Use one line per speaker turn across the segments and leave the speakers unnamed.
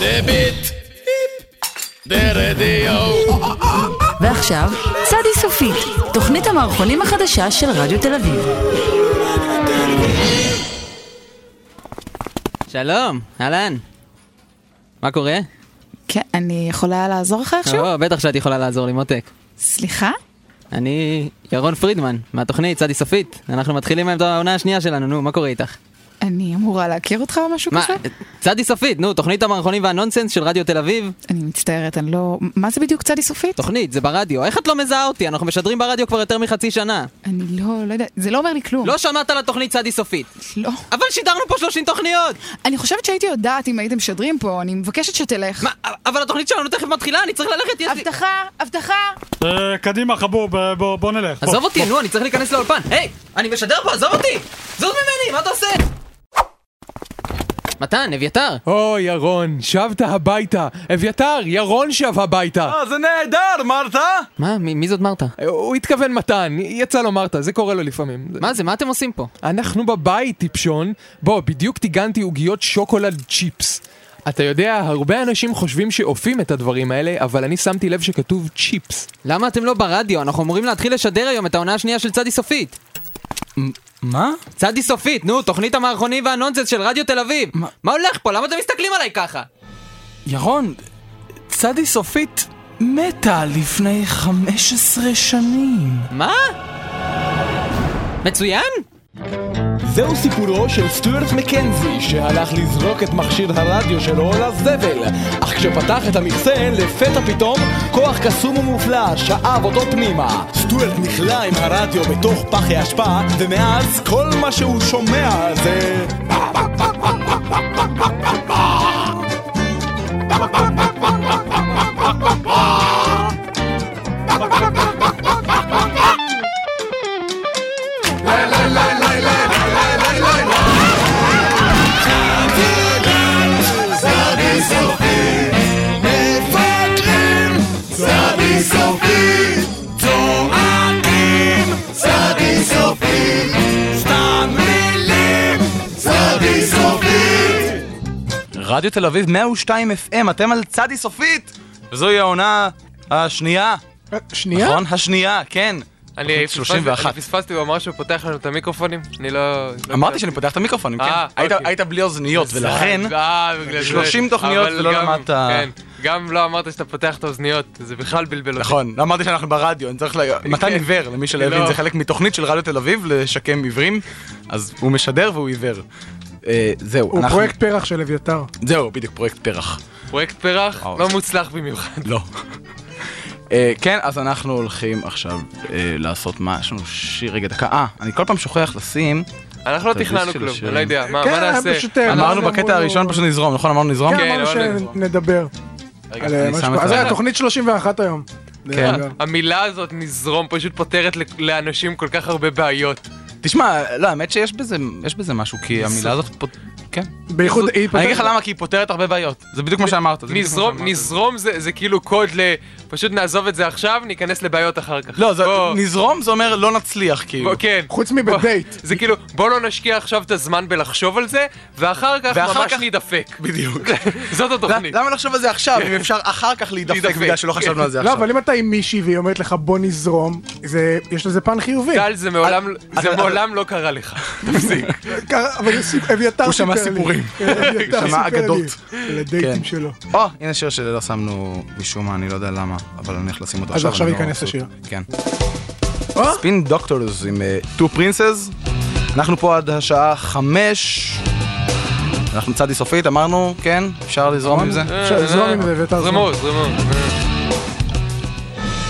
דביט, דרדיו.
ועכשיו, צדי סופית, תוכנית המערכונים החדשה של רדיו תל אביב.
שלום, אהלן. מה קורה?
כן, אני יכולה לעזור לך איכשהו?
או, בטח שאת יכולה לעזור לי, מותק.
סליחה?
אני ירון פרידמן, מהתוכנית צדי סופית. אנחנו מתחילים עם העונה השנייה שלנו, נו, מה קורה איתך?
אני אמורה להכיר אותך או משהו
מה,
כזה?
צדי סופית, נו, תוכנית המערכונים והנונסנס של רדיו תל אביב.
אני מצטערת, אני לא... מה זה בדיוק צדי סופית?
תוכנית, זה ברדיו. איך את לא מזהה אותי? אנחנו משדרים ברדיו כבר יותר מחצי שנה.
אני לא, לא יודעת, זה לא אומר לי כלום.
לא שמעת על התוכנית צדי סופית.
לא.
אבל שידרנו פה 30 תוכניות!
אני חושבת שהייתי יודעת אם הייתם משדרים פה, אני מבקשת שתלך.
מה, אבל התוכנית שלנו תכף מתחילה, אני צריך ללכת, יש לי...
הבטחה, הבטחה!
אה, קדימה, חבוב, אה, בוא, בוא נלך. בוא.
עזוב אותי, נו, אני צריך להיכנס לאולפן. היי, אני משדר פה, עזוב אותי! זוז ממני, מה אתה עושה? מתן, אביתר.
או, ירון, שבת הביתה. אביתר, ירון שב הביתה.
אה, זה נהדר, מרתה!
מה, מי מי זאת מרתה?
הוא התכוון מתן, יצא לו מרתה, זה קורה לו לפעמים.
מה זה, מה אתם עושים פה?
אנחנו בבית, טיפשון. בוא, בדיוק טיגנתי עוגיות שוקולד צ'יפס. אתה יודע, הרבה אנשים חושבים שאופים את הדברים האלה, אבל אני שמתי לב שכתוב צ'יפס.
למה אתם לא ברדיו? אנחנו אמורים להתחיל לשדר היום את העונה השנייה של צדי סופית.
מה?
צדי סופית, נו, תוכנית המערכונים והנונסנס של רדיו תל אביב.
מה?
מה הולך פה? למה אתם מסתכלים עליי ככה?
ירון, צדי סופית מתה לפני 15 שנים.
מה? מצוין?
זהו סיפורו של סטיוארט מקנזי שהלך לזרוק את מכשיר הרדיו שלו לזבל אך כשפתח את המכסה לפתע פתאום כוח קסום ומופלא שאב אותו פנימה סטיוארט נכלא עם הרדיו בתוך פח האשפה ומאז כל מה שהוא שומע זה
רדיו תל אביב 102 FM, אתם על צדי סופית! וזוהי העונה השנייה,
שנייה?
נכון? השנייה, כן. תוכנית 31.
פספסתי, הוא אמר שהוא פותח לנו את המיקרופונים, אני לא... לא
אמרתי
יודע.
שאני פותח את המיקרופונים, כן.
אה,
היית-
אוקיי.
היית בלי אוזניות, ולכן...
אה, בגלל זה.
30 תוכניות
אבל
ולא
גם-
למדת.
כן, גם לא אמרת שאתה פותח את האוזניות, זה בכלל בלבל אותי.
נכון, לא אמרתי שאנחנו ברדיו, אני צריך ל... מתן עיוור, למי שלא הבין,
לא.
זה חלק מתוכנית של רדיו תל אביב לשקם עיוורים, אז הוא משדר והוא עיוור. אה, זהו,
הוא
אנחנו-
פרויקט פרח של אביתר.
זהו, בדיוק, פרויקט פרח.
פרויקט פרח,
אה,
לא מוצלח במיוחד.
לא. אה, כן, אז אנחנו הולכים עכשיו אה, לעשות משהו, שיר, רגע, דקה. אה, אני כל פעם שוכח לשים,
אה,
אנחנו לא
תלביש
תכננו
של
כלום,
השירים.
אני לא יודע, מה מה
כן,
נעשה?
פשוט, אה,
אנחנו-
אמרנו בקטע הראשון פשוט נזרום, נכון? אמרנו נזרום?
כן,
אבל
אמרנו
נזרום.
שנדבר.
רגע,
על, אה,
אני
מה
שם
שקורה.
את
אז
זה.
רגע, תוכנית 31 היום.
כן.
דרך אגב.
המילה הזאת נזרום פשוט פותרת לכ- לאנשים כל כך הרבה בעיות.
תשמע, לא, האמת שיש בזה- יש בזה משהו, כי המילה הזאת פה... כן.
בייחוד היא
אני אגיד לך
פותחת-
למה, כי היא פותרת הרבה בעיות. זה בדיוק מה שאמרת. זה בדיוק מה
נזרום,
שאמרת.
נזרום זה זה כאילו קוד ל... פשוט נעזוב את זה עכשיו, ניכנס לבעיות אחר כך.
לא, זה-
בוא-
נזרום זה אומר לא נצליח, כאילו.
אוקיי.
בוא- כן.
חוץ מבדייט.
זה כאילו, בוא לא נשקיע עכשיו את הזמן בלחשוב על זה, ואחר כך
ואחר
ממש
כך-
נידפק.
בדיוק.
זאת
לא,
התוכנית.
למה לחשוב על זה עכשיו, אם אפשר אחר כך להידפק
להידפק.
בגלל שלא חשבנו על
לא,
זה עכשיו?
אבל אם אתה עם מישהי והיא אומרת לך בוא נזרום, זה- יש לזה פן חיובי.
טל, זה מעולם-
אז-
אה,
זה
אז-
מעולם לא קרה לך. תפסיק.
ככה, אבל זה סיפ- אביתר
הוא שמע
סיפר לי. כן,
סיפורים.
אביתר
הוא שמע
סיפר לי.
אגדות. כן.
לדייטים שלו.
או, הנה שיר שלא שמנו משום מה, אני לא יודע למה, אבל אני הולך לשים אותו
אז
עכשיו.
עכשיו
אני לא
ייכנס
רוצה-
השיר.
כן.
או.
ספין דוקטורס עם טו פרינסס. אנחנו פה עד השעה חמש. אנחנו צדי סופית, אמרנו, כן, אפשר לזרום
נכון.
עם זה.
אפשר לזרום עם זה ואתה
זרמו, זרמו.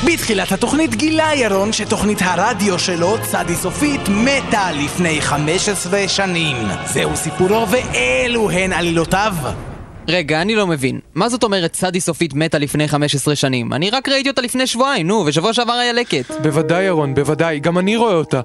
בתחילת התוכנית גילה ירון שתוכנית הרדיו שלו, צדי סופית, מתה לפני 15 שנים. זהו סיפורו ואלו הן עלילותיו.
רגע, אני לא מבין. מה זאת אומרת צדי סופית מתה לפני 15 שנים? אני רק ראיתי אותה לפני שבועיים, נו, ושבוע שעבר היה לקט.
בוודאי, ירון, בוודאי. גם אני רואה אותה. ג-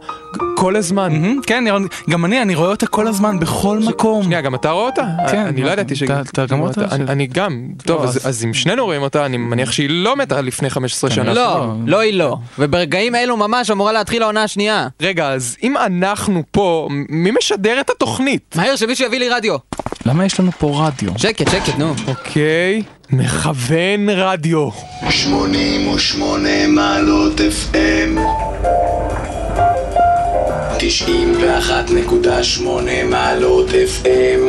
כל הזמן.
מהמם, כן, ירון, גם אני, אני רואה אותה כל הזמן, בכל מקום.
שנייה, גם אתה רואה אותה?
כן,
אני לא
מה-
ידעתי ש...
אתה- אתה גם רואה אותה? לא,
אני- אני גם. טוב, אז-
אז- כן.
אז אם שנינו רואים אותה, אני מניח שהיא לא מתה לפני 15 שנה.
לא, לא היא לא. וברגעים אלו ממש אמורה להתחיל העונה השנייה.
רגע, אז אם אנחנו פה, מ- מי משדר את התוכנית?
מהר שמישהו יביא לי רדיו.
למה יש לנו פה רדיו?
שקט, שקט, נו.
אוקיי, מכוון רדיו.
88 מעלות FM 91.8 מעלות FM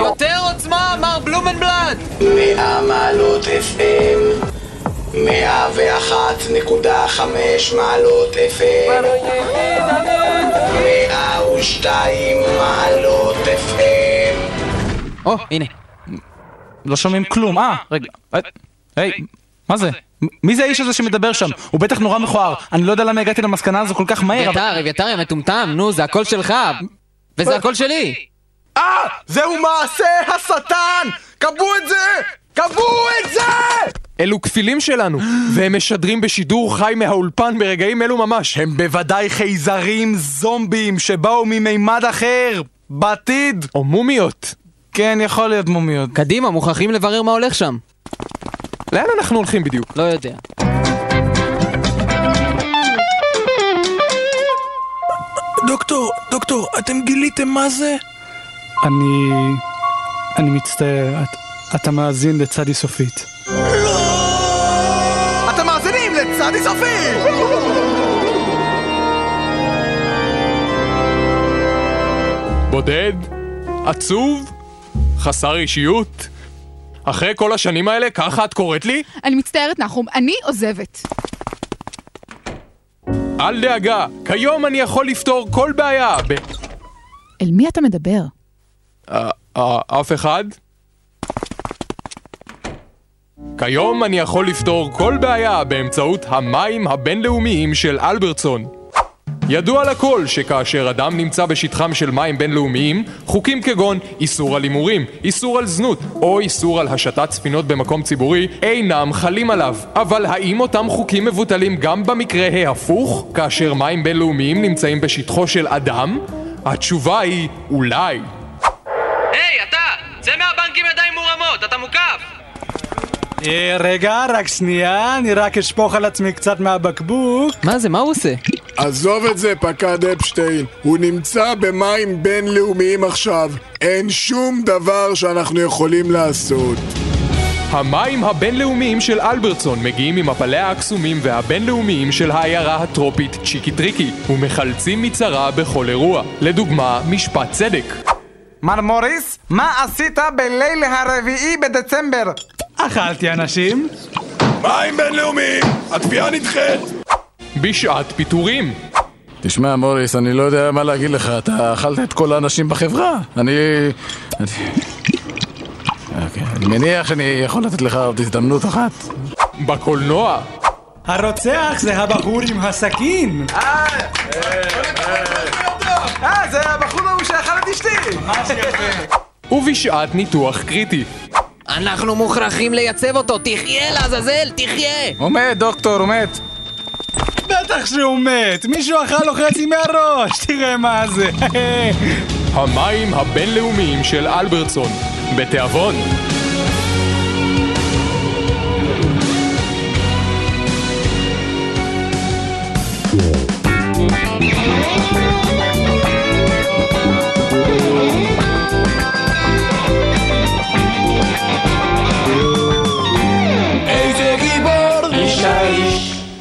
יותר עוצמה, מר בלומנבלד!
100 מעלות FM 101.5 מעלות FM 102 מעלות FM
או, הנה.
לא שומעים כלום. אה, רגע. אה, היי, מה זה? מ- מי זה האיש הזה שמדבר שם? הוא בטח נורא מכוער. אני לא יודע למה הגעתי למסקנה הזו כל כך מהר, אבל...
אביתר, אביתר, יא מטומטם, נו, זה הקול שלך. וזה הקול שלי.
אה! זהו מעשה השטן! קבעו את זה! קבעו את זה!
אלו כפילים שלנו, והם משדרים בשידור חי מהאולפן ברגעים אלו ממש.
הם בוודאי חייזרים זומבים שבאו ממימד אחר! בעתיד!
או מומיות.
כן, יכול להיות מומיות.
קדימה, מוכרחים לברר מה הולך שם.
לאן אנחנו הולכים בדיוק?
לא יודע.
דוקטור, דוקטור, אתם גיליתם מה זה?
אני... אני מצטער, את- אתה מאזין לצדי סופית.
לא!
אתם מאזינים לצדי סופי!
בודד? עצוב? חסר אישיות? אחרי כל השנים האלה, ככה את קוראת לי?
אני מצטערת, נחום, אני עוזבת.
אל דאגה, כיום אני יכול לפתור כל בעיה ב...
אל מי אתה מדבר?
אה, אה, אף אחד? כיום אני יכול לפתור כל בעיה באמצעות המים הבינלאומיים של אלברטסון. ידוע לכל שכאשר אדם נמצא בשטחם של מים בינלאומיים, חוקים כגון איסור על הימורים, איסור על זנות או איסור על השתת ספינות במקום ציבורי אינם חלים עליו. אבל האם אותם חוקים מבוטלים גם במקרה ההפוך, כאשר מים בינלאומיים נמצאים בשטחו של אדם? התשובה היא אולי.
היי, אתה! צא מהבנק עם אה, ידיים מורמות, אתה מוקף!
אה, רגע, רק שנייה, אני רק אשפוך על עצמי קצת מהבקבוק.
מה זה, מה הוא עושה?
עזוב את זה, פקד אפשטיין. הוא נמצא במים בינלאומיים עכשיו. אין שום דבר שאנחנו יכולים לעשות.
המים הבינלאומיים של אלברטסון מגיעים ממפלי הקסומים והבינלאומיים של העיירה הטרופית צ'יקי טריקי ומחלצים מצרה בכל אירוע. לדוגמה, משפט צדק.
מר מוריס, מה עשית בליל הרביעי בדצמבר?
אכלתי אנשים.
מים בינלאומיים! התביעה נדחית!
בשעת פיטורים.
תשמע, מוריס, אני לא יודע מה להגיד לך. אתה אכלת את כל האנשים בחברה. אני... אני- אוקיי, אני מניח שאני יכול לתת לך עוד הזדמנות אחת.
בקולנוע.
הרוצח זה הבחור עם הסכין.
אה, זה הבחור ההוא שאכל את אשתי!
ובשעת ניתוח קריטי.
אנחנו מוכרחים לייצב אותו, תחיה לעזאזל, תחיה!
הוא מת, דוקטור, הוא מת.
בטח שהוא מת, מישהו אכל לו חצי מהראש, תראה מה זה.
המים הבינלאומיים של אלברטסון. בתיאבון.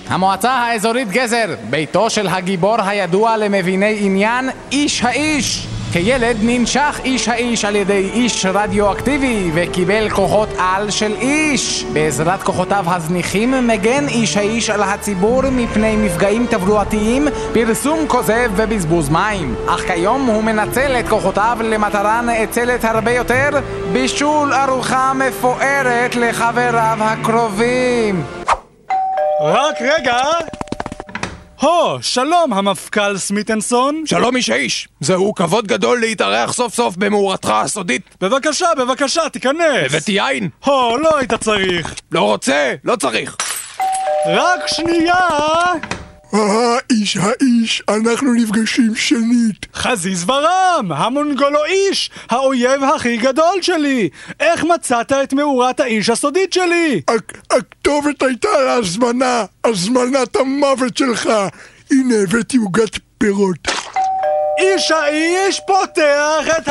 המועצה האזורית גזר, ביתו של הגיבור הידוע למביני עניין, איש האיש. כילד ננשך איש האיש על ידי איש רדיואקטיבי וקיבל כוחות על של איש. בעזרת כוחותיו הזניחים מגן איש האיש על הציבור מפני מפגעים תברואתיים, פרסום כוזב ובזבוז מים. אך כיום הוא מנצל את כוחותיו למטרה נאצלת הרבה יותר, בישול ארוחה מפוארת לחבריו הקרובים.
רק רגע. הו, שלום המפכ"ל סמיטנסון.
שלום איש האיש! זהו כבוד גדול להתארח סוף סוף במאורתך הסודית.
בבקשה, בבקשה, תיכנס.
יין?
הו, לא היית צריך.
לא רוצה? לא צריך.
רק שנייה.
אה, איש האיש, אנחנו נפגשים שנית.
חזיז ורם, המונגולו איש, האויב הכי גדול שלי. איך מצאת את מאורת האיש הסודית שלי?
הכ- הכתובת הייתה על ההזמנה, הזמנת המוות שלך. הנה הבאתי עוגת פירות.
איש האיש פותח את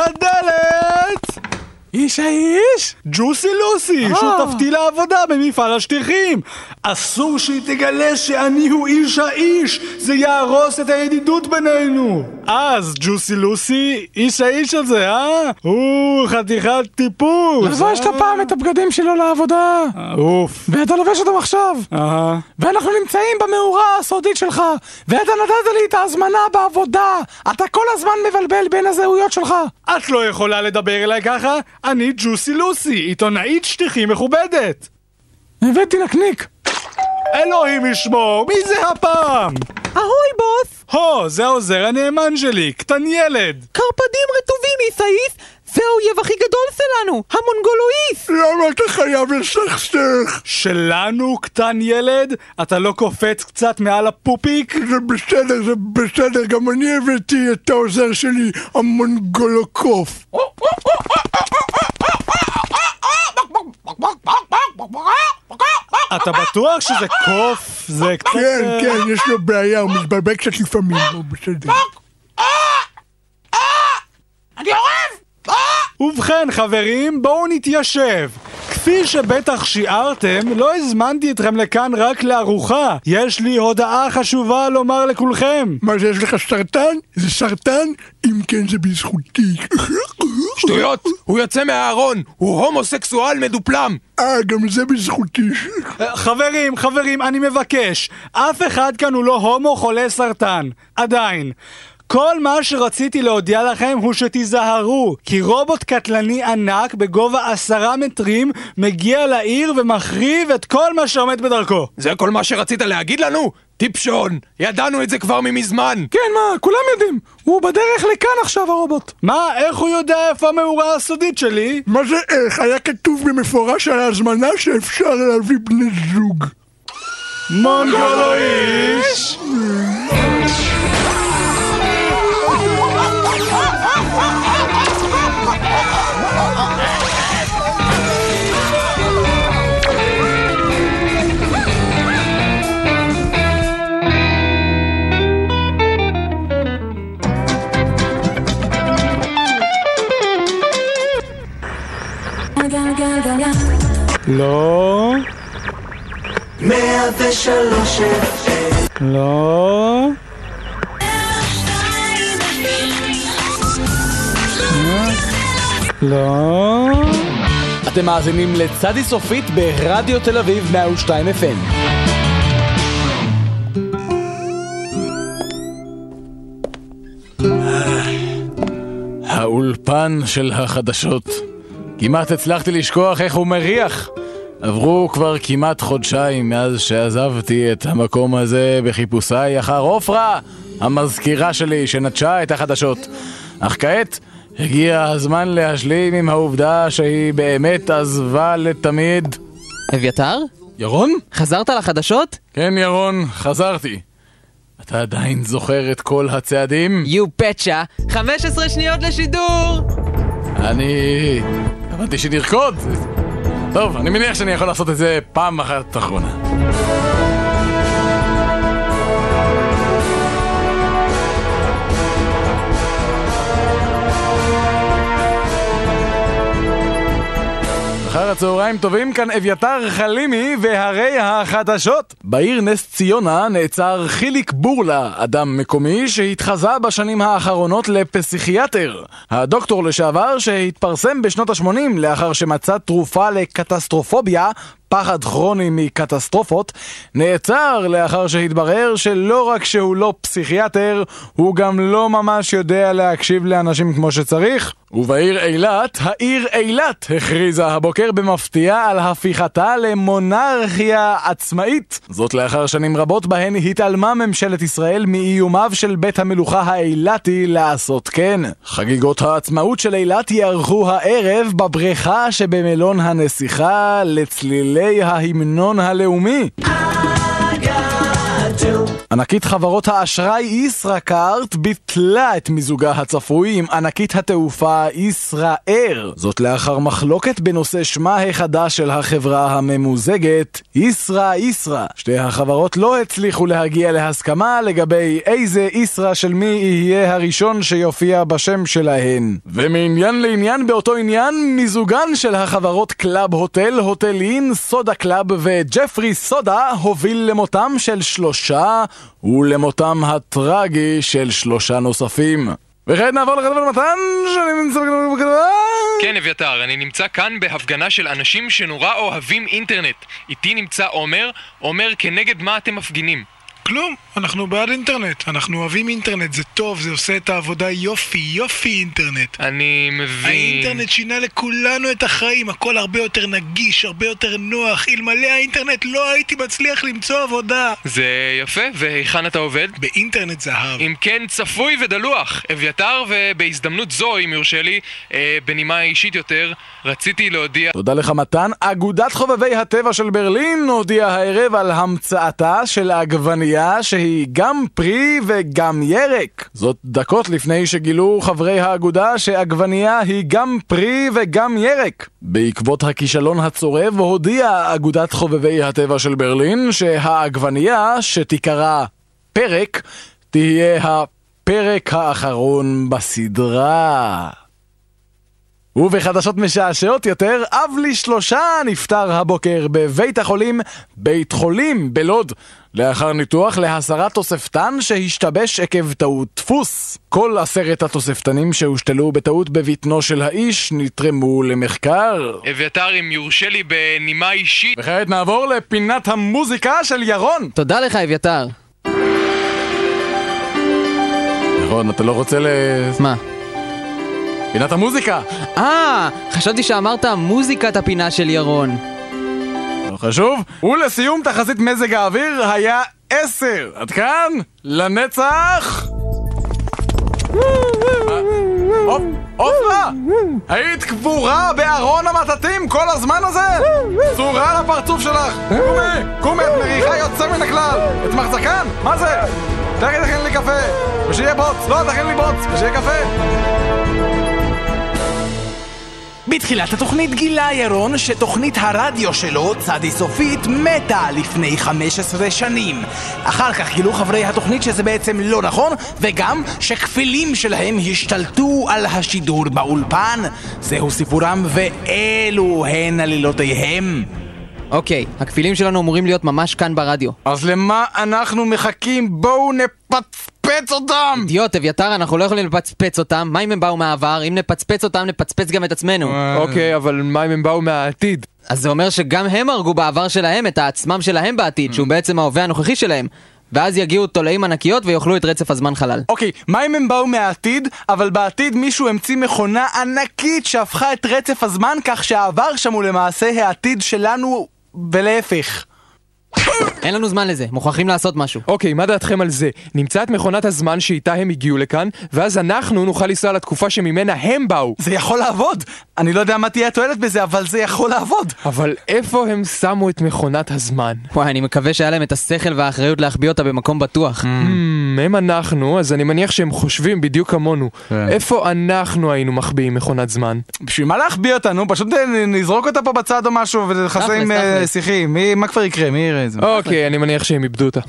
הדלת!
איש האיש?
ג'וסי לוסי,
אה.
שותפתי לעבודה במפעל השטיחים! אסור שהיא תגלה שאני הוא איש האיש! זה יהרוס את הידידות בינינו! אז, ג'וסי לוסי, איש האיש הזה, אה? הוא חתיכת טיפוס! אה?
לבשת פעם את הבגדים שלו לעבודה,
אוף.
ואתה לובש אותם עכשיו,
אהה.
ואנחנו נמצאים במאורה הסודית שלך, ואתה נתת לי את ההזמנה בעבודה, אתה כל הזמן מבלבל בין הזהויות שלך.
את לא יכולה לדבר אליי ככה, אני ג'וסי לוסי, עיתונאית שטיחים מכובדת!
הבאתי נקניק.
אלוהים ישמור, מי זה הפעם?
אהוי בוס,
הו, זה העוזר הנאמן שלי, קטן ילד.
קרפדים רטובים איסאיס, זה האויב הכי גדול שלנו, המונגולואיס!
למה אתה חייב לסכסך?
שלנו, קטן ילד? אתה לא קופץ קצת מעל הפופיק?
זה בסדר, זה בסדר, גם אני הבאתי את העוזר שלי, המונגולוקוף.
אתה בטוח שזה קוף? זה קצת... אה,
כן, כן, יש לו בעיה, הוא מתבלבל קצת לפעמים, הוא בסדר.
ובכן, חברים, בואו נתיישב. כפי שבטח שיערתם, לא הזמנתי אתכם לכאן רק לארוחה. יש לי הודעה חשובה לומר לכולכם.
מה זה, יש לך סרטן? זה סרטן? אם כן, זה בזכותי.
שטויות! הוא יוצא מהארון! הוא הומוסקסואל מדופלם!
אה, גם זה בזכותי.
אה, חברים, חברים, אני מבקש. אף אחד כאן הוא לא הומו חולה סרטן. עדיין. כל מה שרציתי להודיע לכם הוא שתיזהרו, כי רובוט קטלני ענק בגובה עשרה מטרים מגיע לעיר ומחריב את כל מה שעומד בדרכו.
זה כל מה שרצית להגיד לנו? טיפשון! ידענו את זה כבר ממזמן!
כן, מה, כולם יודעים, הוא בדרך לכאן עכשיו הרובוט.
מה, איך הוא יודע איפה המאורה הסודית שלי?
מה זה איך? היה כתוב במפורש על ההזמנה שאפשר להביא בני זוג.
מונגולואיש! לא. לא. לא.
אתם מאזינים לצדי סופית ברדיו תל אביב 102 FM.
האולפן של החדשות. כמעט הצלחתי לשכוח איך הוא מריח. עברו כבר כמעט חודשיים מאז שעזבתי את המקום הזה בחיפושיי אחר עופרה, המזכירה שלי שנטשה את החדשות. אך כעת הגיע הזמן להשלים עם העובדה שהיא באמת עזבה לתמיד.
אביתר?
ירון?
חזרת לחדשות?
כן, ירון, חזרתי. אתה עדיין זוכר את כל הצעדים?
יו פצ'ה, 15 שניות לשידור!
אני... אמרתי שנרקוד. טוב, אני מניח שאני יכול לעשות את זה פעם אחת אחרונה. אחר הצהריים טובים כאן אביתר חלימי והרי החדשות. בעיר נס ציונה נעצר חיליק בורלה, אדם מקומי שהתחזה בשנים האחרונות לפסיכיאטר. הדוקטור לשעבר שהתפרסם בשנות ה-80 לאחר שמצא תרופה לקטסטרופוביה פחד כרוני מקטסטרופות, נעצר לאחר שהתברר שלא רק שהוא לא פסיכיאטר, הוא גם לא ממש יודע להקשיב לאנשים כמו שצריך. ובעיר אילת, העיר אילת הכריזה הבוקר במפתיע על הפיכתה למונרכיה עצמאית. זאת לאחר שנים רבות בהן התעלמה ממשלת ישראל מאיומיו של בית המלוכה האילתי לעשות כן. חגיגות העצמאות של אילת ייערכו הערב בבריכה שבמלון הנסיכה לצלילי ההמנון הלאומי.
ענקית חברות האשראי ישראכרט ביטלה את מיזוגה הצפוי עם ענקית התעופה ישראייר. זאת לאחר מחלוקת בנושא שמה החדש של החברה הממוזגת, ישרא ישרא. שתי החברות לא הצליחו להגיע להסכמה לגבי איזה ישרא של מי יהיה הראשון שיופיע בשם שלהן. ומעניין לעניין באותו עניין, מיזוגן של החברות קלאב הוטל, הוטל אין, סודה קלאב וג'פרי סודה הוביל למותם של שלושה ולמותם הטרגי של שלושה נוספים. וכעת נעבור לחבר מתן שנמצא בקרבה.
כן, אביתר, אני נמצא כאן בהפגנה של אנשים שנורא אוהבים אינטרנט. איתי נמצא עומר, עומר כנגד מה אתם מפגינים?
כלום, אנחנו בעד אינטרנט, אנחנו אוהבים אינטרנט, זה טוב, זה עושה את העבודה יופי, יופי אינטרנט.
אני מבין...
האינטרנט שינה לכולנו את החיים, הכל הרבה יותר נגיש, הרבה יותר נוח. אלמלא האינטרנט לא הייתי מצליח למצוא עבודה.
זה יפה, והיכן אתה עובד?
באינטרנט זהב.
אם כן, צפוי ודלוח. אביתר, ובהזדמנות זו, אם יורשה לי, אה, בנימה אישית יותר, רציתי להודיע...
תודה לך מתן. אגודת חובבי הטבע של ברלין הודיעה הערב על המצאתה של העגבנייה שהיא גם פרי וגם ירק. זאת דקות לפני שגילו חברי האגודה שעגבנייה היא גם פרי וגם ירק. בעקבות הכישלון הצורב הודיעה אגודת חובבי הטבע של ברלין שהעגבנייה, שתיקרא פרק, תהיה הפרק האחרון בסדרה. ובחדשות משעשעות יותר, אב לשלושה נפטר הבוקר בבית החולים, בית חולים בלוד, לאחר ניתוח להסרת תוספתן שהשתבש עקב טעות דפוס. כל עשרת התוספתנים שהושתלו בטעות בבטנו של האיש נתרמו למחקר.
אביתר, אם יורשה לי בנימה אישית...
וכעת נעבור לפינת המוזיקה של ירון!
תודה לך, אביתר.
ירון, אתה לא רוצה ל...
מה?
פינת המוזיקה!
אה, חשבתי שאמרת מוזיקת הפינה של ירון.
לא חשוב. ולסיום תחזית מזג האוויר היה 10. עד כאן, לנצח! הופ, הופלה! היית קבורה בארון המטאטים כל הזמן הזה? צורה לפרצוף שלך! קומי! קומי, את מריחה יוצא מן הכלל! את מחזקן? מה זה? תכף תכין לי קפה! ושיהיה בוץ! לא, תכין לי בוץ! ושיהיה קפה!
בתחילת התוכנית גילה ירון שתוכנית הרדיו שלו, צדי סופית, מתה לפני 15 שנים. אחר כך גילו חברי התוכנית שזה בעצם לא נכון, וגם שכפילים שלהם השתלטו על השידור באולפן. זהו סיפורם ואלו הן עלילותיהם.
אוקיי, הכפילים שלנו אמורים להיות ממש כאן ברדיו.
אז למה אנחנו מחכים? בואו נפצפץ אותם!
אידיוט, אביתר, אנחנו לא יכולים לפצפץ אותם. מה אם הם באו מהעבר? אם נפצפץ אותם, נפצפץ גם את עצמנו.
אוקיי, אבל מה אם הם באו מהעתיד?
אז זה אומר שגם הם הרגו בעבר שלהם את העצמם שלהם
Mm.
בעתיד, שהוא בעצם ההווה הנוכחי שלהם. ואז יגיעו תולעים ענקיות ויאכלו את רצף הזמן חלל.
אוקיי, מה אם הם באו מהעתיד, אבל בעתיד מישהו המציא מכונה ענקית שהפכה את רצף הזמן כך שהעבר שם הוא למעשה העתיד שלנו, ולהפך.
אין לנו זמן לזה, מוכרחים לעשות משהו.
אוקיי, מה דעתכם על זה? נמצא את מכונת הזמן שאיתה הם הגיעו לכאן, ואז אנחנו נוכל לנסוע לתקופה שממנה הם באו.
זה יכול לעבוד! אני לא יודע מה תהיה התועלת בזה, אבל זה יכול לעבוד!
אבל איפה הם שמו את מכונת הזמן?
וואי, אני מקווה שהיה להם את השכל והאחריות להחביא אותה במקום
Mm.
בטוח.
Hmm, הם אנחנו, אז אני מניח שהם חושבים בדיוק כמונו. איפה אנחנו היינו מחביאים מכונת זמן?
בשביל מה להחביא אותנו? פשוט אה, נזרוק אותה פה בצד או משהו ונכסה
תכלס,
עם אה,
תכלס.
שיחים. מי- מה כבר יקרה? מי יראה את זה?
אוקיי, אני מניח שהם איבדו אותה.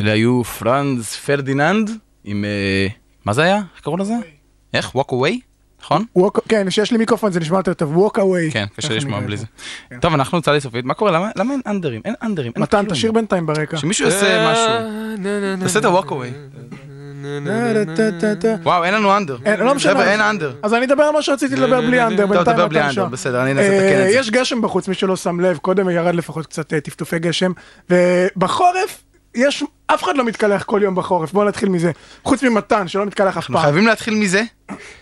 אלה היו פרנז פרדיננד עם... אה, מה זה היה? איך קראו לזה? איך? Walk away? נכון?
Walk- כן, כשיש לי מיקרופון זה נשמע יותר טוב, walk away.
כן, קשה
ככה
לשמוע
נראה
בלי
את
זה. טוב, אנחנו צדי סופית, מה קורה? למה- למה אין אנדרים? אין אנדרים. אין
מתן,
כלום.
תשאיר בינתיים ברקע.
שמישהו יעשה משהו. תעשה את הווקווי.
טה-טה-טה-טה.
וואו, אין לנו אנדר.
אין, לא משנה.
חבר'ה, אין אנדר.
אז אני אדבר על מה שרציתי לדבר בלי אנדר,
טוב,
בינתיים
תדבר בלי
מתן
אנדר,
שם.
בסדר, אני אנסה
אה,
לתקן את זה.
יש גשם בחוץ, מי שלא שם לב, קודם ירד לפחות קצת אה, טפטופי גשם, ובחורף יש, אף אחד לא מתקלח כל יום בחורף, בואו נתחיל מזה. חוץ ממתן, שלא מתקלח אף
אנחנו
פעם.
חייבים להתחיל מזה?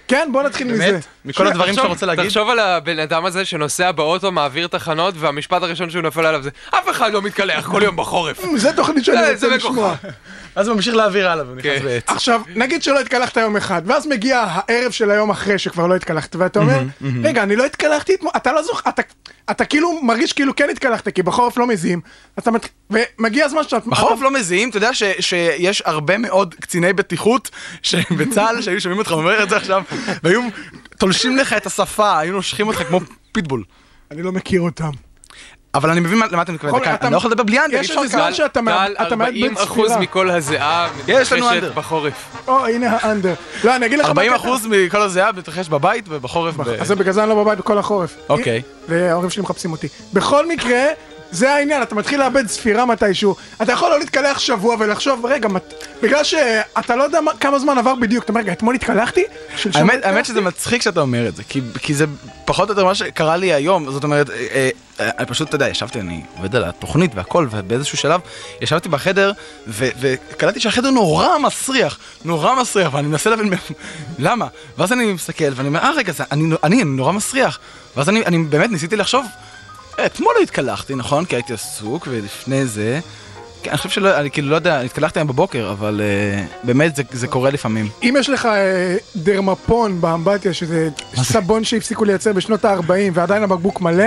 כן, בואו נתחיל מזה.
באמת? מכל הדברים שאתה רוצה להגיד?
תחשוב על הבן אדם הזה שנוסע באוטו, מעביר תחנות, והמשפט הראשון שהוא נופל עליו זה אף אחד לא מתקלח כל יום בחורף.
זה תוכנית שאני
לא,
רוצה
זה
לשמוע.
אז הוא ממשיך להעביר הלאה והוא נכנס
כן.
בעץ.
עכשיו, נגיד שלא התקלחת יום אחד, ואז מגיע הערב של היום אחרי שכבר לא התקלחת, ואתה אומר, רגע, אני לא התקלחתי אתמול, אתה לא זוכר, אתה-
אתה כאילו מרגיש כאילו כן התקלחת, כי בחורף לא מזיעים, אתה מת... ומגיע הזמן שאתה...
בחורף לא מזיעים, אתה יודע ש- שיש הרבה מאוד קציני בטיחות שבצה"ל, שהיו שומעים אותך אומר את זה עכשיו, והיו תולשים לך את השפה, היו נושכים אותך כמו פיטבול.
אני לא מכיר אותם.
אבל אני מבין מה- למה אתה מתכוון,
בכל-
דקה,
אתה-
אני לא יכול לדבר בלי אנדר, אי
יש
אפשר
איזה זמן שאתה מה-
טל,
אתה מאבד
40 אחוז
צפירה.
מכל הזיעה
יש לנו אנדר.
מתרחשת בחורף.
או, הנה האנדר. לא, אני אגיד לך
40
מה הקטע.
אחוז מכל הזיעה מתרחש בבית ובחורף ב...
אז זה בגלל זה אני לא בבית בכל החורף.
אוקיי.
וההורים שלי מחפשים אותי. בכל מקרה, זה העניין, אתה מתחיל לאבד ספירה מתישהו. אתה יכול לא להתקלח שבוע ולחשוב, רגע, מת... בגלל שאתה לא יודע מה- כמה זמן עבר בדיוק, אתה אומר, רגע, אתמול התקלחתי? שלשום
האמת, האמת
התקלחתי?"
שזה מצחיק שאתה אומר את זה, כי, כי זה פחות או יותר מה שקרה לי היום, זאת אומרת, אה, אה, אה, אני פשוט, אתה יודע, ישבתי, אני עובד על התוכנית והכל, ובאיזשהו שלב ישבתי בחדר, ו- וקלטתי שהחדר נורא מסריח, נורא מסריח, ואני מנסה להבין מאיפה- למה, ואז אני מסתכל, ואני אומר, אה רגע, זה, אני, אני, אני נורא מסריח, ואז אני, אני באמת ניסיתי לחשוב, "אה, אתמול לא התקלחתי, נכון? כי הייתי עסוק, ולפני זה... כן, אני חושב שלא, אני כאילו לא יודע, התקלחתי היום בבוקר, אבל אה, באמת זה, זה קורה לפעמים.
אם יש לך אה, דרמפון באמבטיה, שזה סבון שהפסיקו לייצר בשנות ה-40 ועדיין הבקבוק מלא,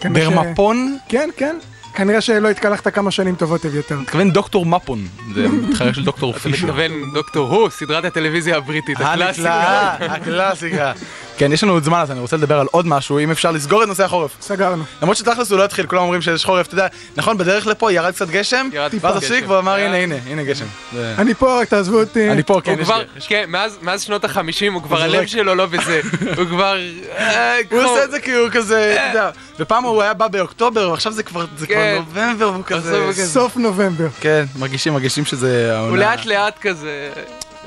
כנראה ש-
דרמפון?
כן, כן. כנראה שלא התקלחת כמה שנים טובות אביתר.
מתכוון דוקטור מפון, זה מתחרה של דוקטור
אתה מתכוון דוקטור הו, סדרת הטלוויזיה הבריטית,
הנפלאה,
הקלאסיקה.
הקלאסיקה. כן, יש לנו עוד זמן, אז אני רוצה לדבר על עוד משהו, אם אפשר לסגור את נושא החורף.
סגרנו.
למרות שתכלס הוא לא התחיל, כולם אומרים שיש חורף, אתה יודע, נכון, בדרך לפה ירד קצת גשם, ואז
טיפה.
השיק
גשם.
ואמר,
היה-
הנה, הנה, הנה גשם. זה-
אני פה, רק תעזבו אותי.
אני פה, כן,
הוא
יש
כבר,
גשם.
כן, מאז- מאז שנות החמישים הוא כבר
הוא
הלב
זורק.
שלו לא בזה, הוא כבר... אה,
הוא
כמו-
עושה את זה כי הוא כזה, אתה יודע, ופעם הוא היה בא באוקטובר, ועכשיו זה כבר זה כבר
כן.
נובמבר, והוא
עכשיו הוא
כזה...
כזה-
סוף נובמבר.
כן, מרגישים, מרגישים שזה
הוא
העונה.
לאט לאט כזה...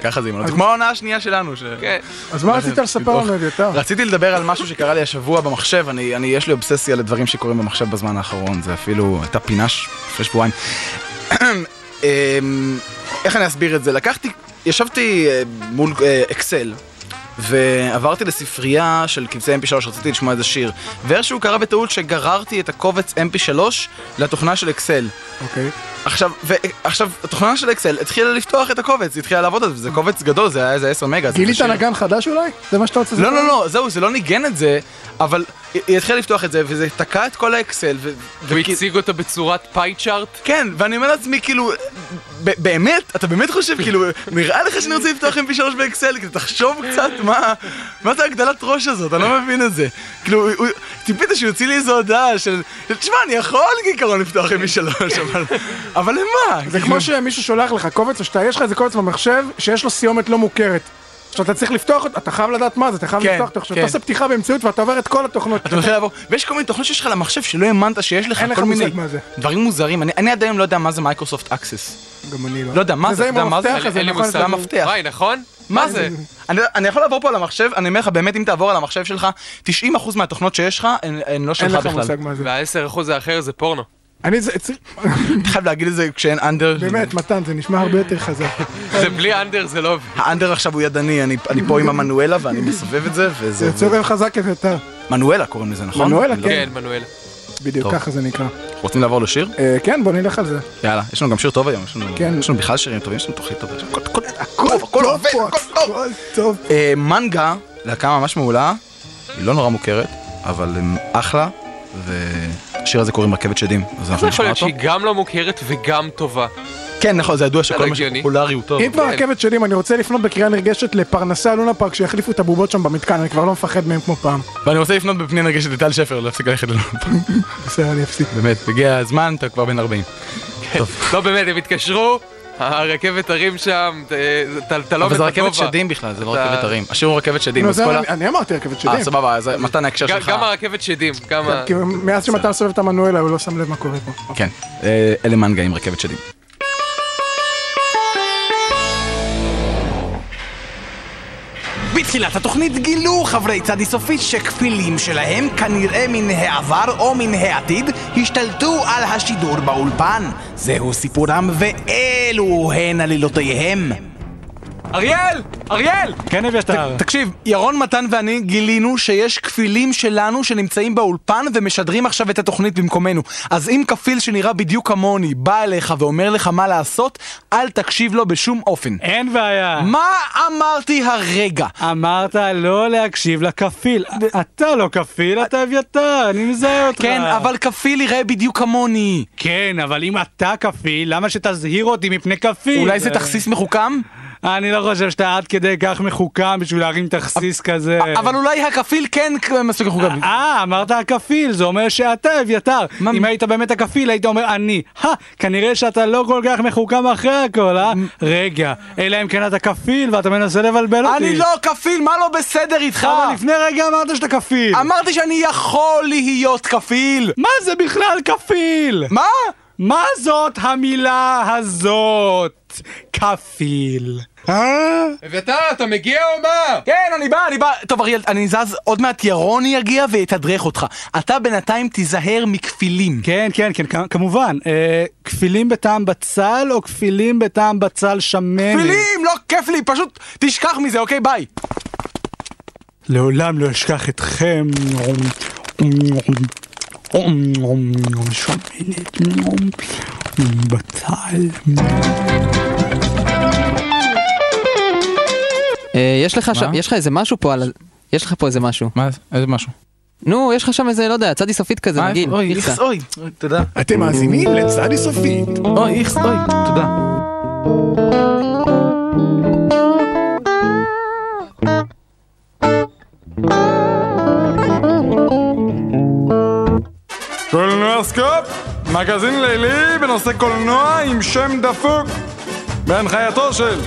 ככה זה עם העונה. זה כמו העונה השנייה שלנו. ש-
כן.
אז מה רצית לספר
לא.
לנו אביתר?
רציתי לדבר על משהו שקרה לי השבוע במחשב, אני, אני יש לי אובססיה לדברים שקורים במחשב בזמן האחרון, זה אפילו הייתה פינה ש- לפני שבועיים. אמ, איך אני אסביר את זה? לקחתי, ישבתי אה, מול אה, אקסל. ועברתי לספרייה של קבצי mp3, רציתי לשמוע איזה שיר ואיכשהו קרה בטעות שגררתי את הקובץ mp3 לתוכנה של אקסל
אוקיי.
עכשיו, ו- עכשיו, התוכנה של אקסל התחילה לפתוח את הקובץ, היא התחילה לעבוד על זה, זה קובץ גדול, זה היה איזה 10 מגה זה
גילית
שיר.
נגן חדש אולי? זה מה שאתה רוצה?
לא,
לספר?
לא, לא, זהו, זה לא ניגן את זה, אבל היא- היא התחילה לפתוח את זה, וזה תקע את כל האקסל, ו...
הוא הציג אותו בצורת פאי צ'ארט?
כן, ואני אומר לעצמי, כאילו, ב- באמת? אתה באמת חושב, כאילו, נראה לך שאני רוצה לפתוח mp3 באקסל? כאילו, תחשוב קצת מה... מה זה הגדלת ראש הזאת? אני לא מבין את זה. כאילו, הוא- ציפית שהוא יוציא לי איזו הודעה של... תשמע, אני יכול כעיקרון לפתוח mp3, אבל... אבל למה?
זה כמו שמישהו שולח לך קובץ, או שאתה, יש לך איזה קובץ במחשב שיש לו סיומת לא מוכרת. שאתה צריך לפתוח אותו, אתה חייב לדעת מה זה, אתה חייב
כן,
לפתוח אותו. עכשיו
כן.
אתה עושה פתיחה באמצעות ואתה עובר את כל התוכנות.
אתה מתחיל לעבור, ויש כל מיני תוכנות שיש לך למחשב שלא האמנת שיש לך
אין לך
כל מיני
מושג מה זה.
דברים מוזרים, אני- אני עד היום לא יודע מה זה מייקרוסופט אקסס.
גם אני
לא יודע, מה
זה
זה?
עם
אתה יודע מה
המפתח הזה,
אין לי
נכון?
מושג.
זה
המפתח.
וואי, נכון?
מה זה? אני אני יכול לעבור פה על המחשב, אני אומר לך, באמת, אם תעבור על המחשב שלך, 90% מהתוכנות שיש לך, הן- הן לא
אין
שלך
לך
בכלל.
מושג מה זה.
וה-10% האחר זה פורנו.
אני זה, צריך-
אתה חייב להגיד את זה כשאין אנדר.
באמת, מתן, זה נשמע הרבה יותר חזק.
זה בלי אנדר זה לא עובד.
האנדר עכשיו הוא ידני, אני אני פה עם המנואלה ואני מסובב את זה,
זה
וזה...
יוצר רב חזק יותר.
מנואלה קוראים לזה, נכון?
מנואלה,
אני לא-
כן.
כן, מנואלה.
בדיוק,
טוב.
ככה זה נקרא.
רוצים לעבור לשיר?
אה, כן, בוא נלך על זה.
יאללה, יש לנו גם שיר טוב היום, יש לנו-
כן.
יש לנו בכלל שירים טובים, יש לנו תוכנית טובה. יש לנו- הכל- הכל-
הכל
הכל עובד,
פה,
הכל טוב.
הכל טוב.
אה, מנגה, להקה ממש מעולה, היא לא נורא מוכרת, אבל הם אחלה, והשיר הזה קוראים רכבת שדים, אז
איך זה
אנחנו
יכול
נשמע
להיות
אותו.
שהיא גם לא מוכרת וגם טובה?
כן, נכון, זה ידוע
זה
שכל
לא
מה
הגיוני.
שפופולרי הוא טוב. כן.
אם כבר רכבת שדים, אני רוצה לפנות בקריאה נרגשת לפרנסי הלונה פארק שיחליפו את הבובות שם במתקן, אני כבר לא מפחד מהם כמו פעם.
ואני רוצה לפנות בפני נרגשת לטל שפר, להפסיק ללכת אליו.
בסדר, אני אפסיק.
באמת, הגיע הזמן, אתה כבר בן 40.
לא באמת, הם התקשרו, הרכבת הרים שם, ת- ת- אתה לא
אבל
עומד
זה
בגובה.
רכבת שדים בכלל, זה לא
אתה-
רכבת הרים. השיר הוא רכבת שדים,
נו,
אז
לא, זה
כל ה...
אני- אני אמרתי רכבת שדים.
אה, סבבה, אז מתן ההקשר
גם-
שלך.
גם הרכבת שדים, גם ה...
כי מאז שמתן סובב את המנואלה הוא לא שם לב מה קורה פה.
כן, אה, אלה מנגה עם רכבת שדים.
בתחילת התוכנית גילו חברי צדי סופית שכפילים שלהם, כנראה מן העבר או מן העתיד, השתלטו על השידור באולפן. זהו סיפורם ואלו הן עלילותיהם.
אריאל!
אריאל!
כן, אביתר.
תקשיב, ירון מתן ואני גילינו שיש כפילים שלנו שנמצאים באולפן ומשדרים עכשיו את התוכנית במקומנו. אז אם כפיל שנראה בדיוק כמוני בא אליך ואומר לך מה לעשות, אל תקשיב לו בשום אופן.
אין בעיה.
מה אמרתי הרגע?
אמרת לא להקשיב לכפיל. אתה לא כפיל, אתה אביתר, אני מזהה אותך.
כן, אבל כפיל יראה בדיוק כמוני.
כן, אבל אם אתה כפיל, למה שתזהיר אותי מפני כפיל?
אולי זה תכסיס מחוכם?
אני לא חושב שאתה עד כדי כך מחוכם בשביל להרים תכסיס כזה.
אבל אולי הכפיל כן מספיק מחוכם.
אה, אמרת הכפיל, זה אומר שאתה אביתר. אם היית באמת הכפיל, היית אומר אני. הא, כנראה שאתה לא כל כך מחוכם אחרי הכל, אה? רגע, אלא אם כן אתה כפיל ואתה מנסה לבלבל אותי.
אני לא כפיל, מה לא בסדר איתך?
אבל לפני רגע אמרת שאתה כפיל.
אמרתי שאני יכול להיות כפיל.
מה זה בכלל כפיל?
מה?
מה זאת המילה הזאת? כפיל.
אה?
אביתר, אתה מגיע או מה?
כן, אני בא, אני בא. טוב, אריאל, אני זז, עוד מעט ירון יגיע ויתדרך אותך. אתה בינתיים תיזהר מכפילים.
כן, כן, כן, כ- כמובן. אה, כפילים בטעם בצל או כפילים בטעם בצל שמנת?
כפילים, לא כיף לי, פשוט תשכח מזה, אוקיי? ביי.
לעולם לא אשכח אתכם. שמנת, בצל.
אה, יש לך שם, יש לך איזה משהו פה על... יש לך פה איזה משהו.
מה? איזה משהו?
נו, יש לך שם איזה, לא יודע, צדי סופית כזה,
מה,
נגיד.
אוי, איכס, אוי, תודה.
אתם מאזינים לצדי סופית.
אוי, איכס, אוי, תודה.
קולנוע סקופ, מגזין לילי בנושא קולנוע עם שם דפוק בהנחייתו של...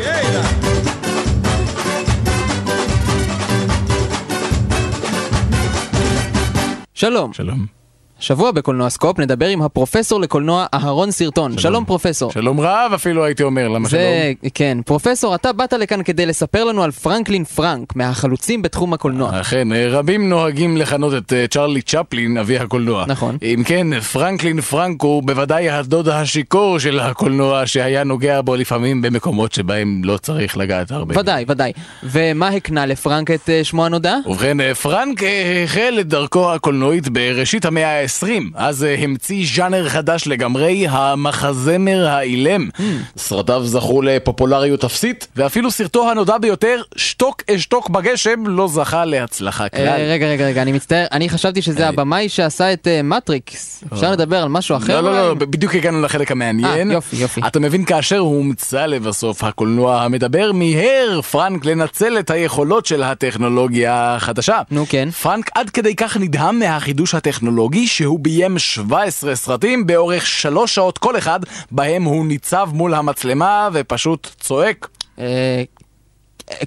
שלום.
שלום.
השבוע בקולנוע סקופ נדבר עם הפרופסור לקולנוע אהרון סרטון. שלום, פרופסור.
שלום רב אפילו הייתי אומר, למה שלום?
זה, כן. פרופסור, אתה באת לכאן כדי לספר לנו על פרנקלין פרנק, מהחלוצים בתחום הקולנוע.
אכן, אה, רבים נוהגים לכנות את אה, צ'רלי צ'פלין אבי הקולנוע.
נכון.
אם כן, פרנקלין פרנק הוא בוודאי הדוד השיכור של הקולנוע שהיה נוגע בו לפעמים במקומות שבהם לא צריך לגעת הרבה.
ודאי, ודאי. ומה הקנה לפרנק את אה, שמו הנודע?
ובכן, אה, פרנק אה, החל את דרכו הקולנועית בראשית המאה ה-20, אז אה, המציא ז'אנר חדש לגמרי, המחזמר האילם.
Mm.
סרטיו זכו לפופולריות אפסית, ואפילו סרטו הנודע ביותר, שתוק אשתוק בגשם, לא זכה להצלחה
אה,
כלל.
רגע, רגע, רגע, אני מצטער, אני חשבתי
אה,
שזה הבמאי שעשה את אה, מטריקס. אפשר לדבר על משהו אחר?
לא, לא, לא,
אולי?
אה,
בדיוק הגענו לחלק המעניין.
אה, יופי, יופי.
אתה מבין, כאשר הומצא לבסוף הקולנוע המדבר, מיהר פרנק לנצל את היכולות של הטכנולוגיה החדשה.
נו, כן.
פרנק עד כדי כך נדהם מהחידוש הטכנולוגי, שהוא ביים 17 סרטים באורך 3 שעות כל אחד, בהם הוא ניצב מול המצלמה ופשוט צועק.
אה,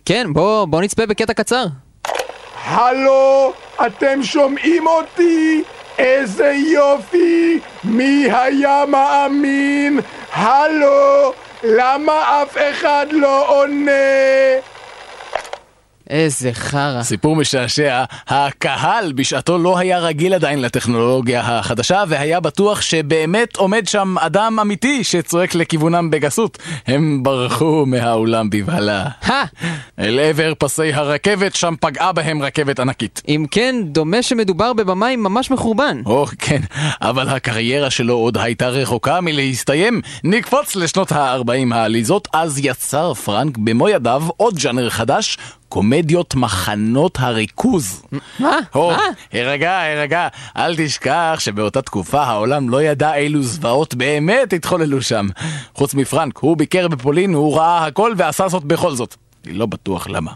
כן, בוא בוא נצפה בקטע קצר.
הלו, אתם שומעים אותי? איזה יופי! מי היה מאמין? הלו, למה אף אחד לא עונה?
איזה חרא.
סיפור משעשע, הקהל בשעתו לא היה רגיל עדיין לטכנולוגיה החדשה והיה בטוח שבאמת עומד שם אדם אמיתי שצועק לכיוונם בגסות. הם ברחו מהאולם בבהלה.
הא!
אל עבר פסי הרכבת, שם פגעה בהם רכבת ענקית.
אם כן, דומה שמדובר בבמאי ממש מחורבן.
או, כן, אבל הקריירה שלו עוד הייתה רחוקה מלהסתיים. נקפוץ לשנות ה-40 העליזות, אז יצר פרנק במו ידיו עוד ג'אנר חדש, קומדיות מחנות הריכוז.
מה?
הו, הרגע, הרגע, אל תשכח שבאותה תקופה העולם לא ידע אילו זוועות באמת התחוללו שם. חוץ מפרנק, הוא ביקר בפולין, הוא ראה הכל ועשה זאת בכל זאת. אני לא בטוח למה. אה.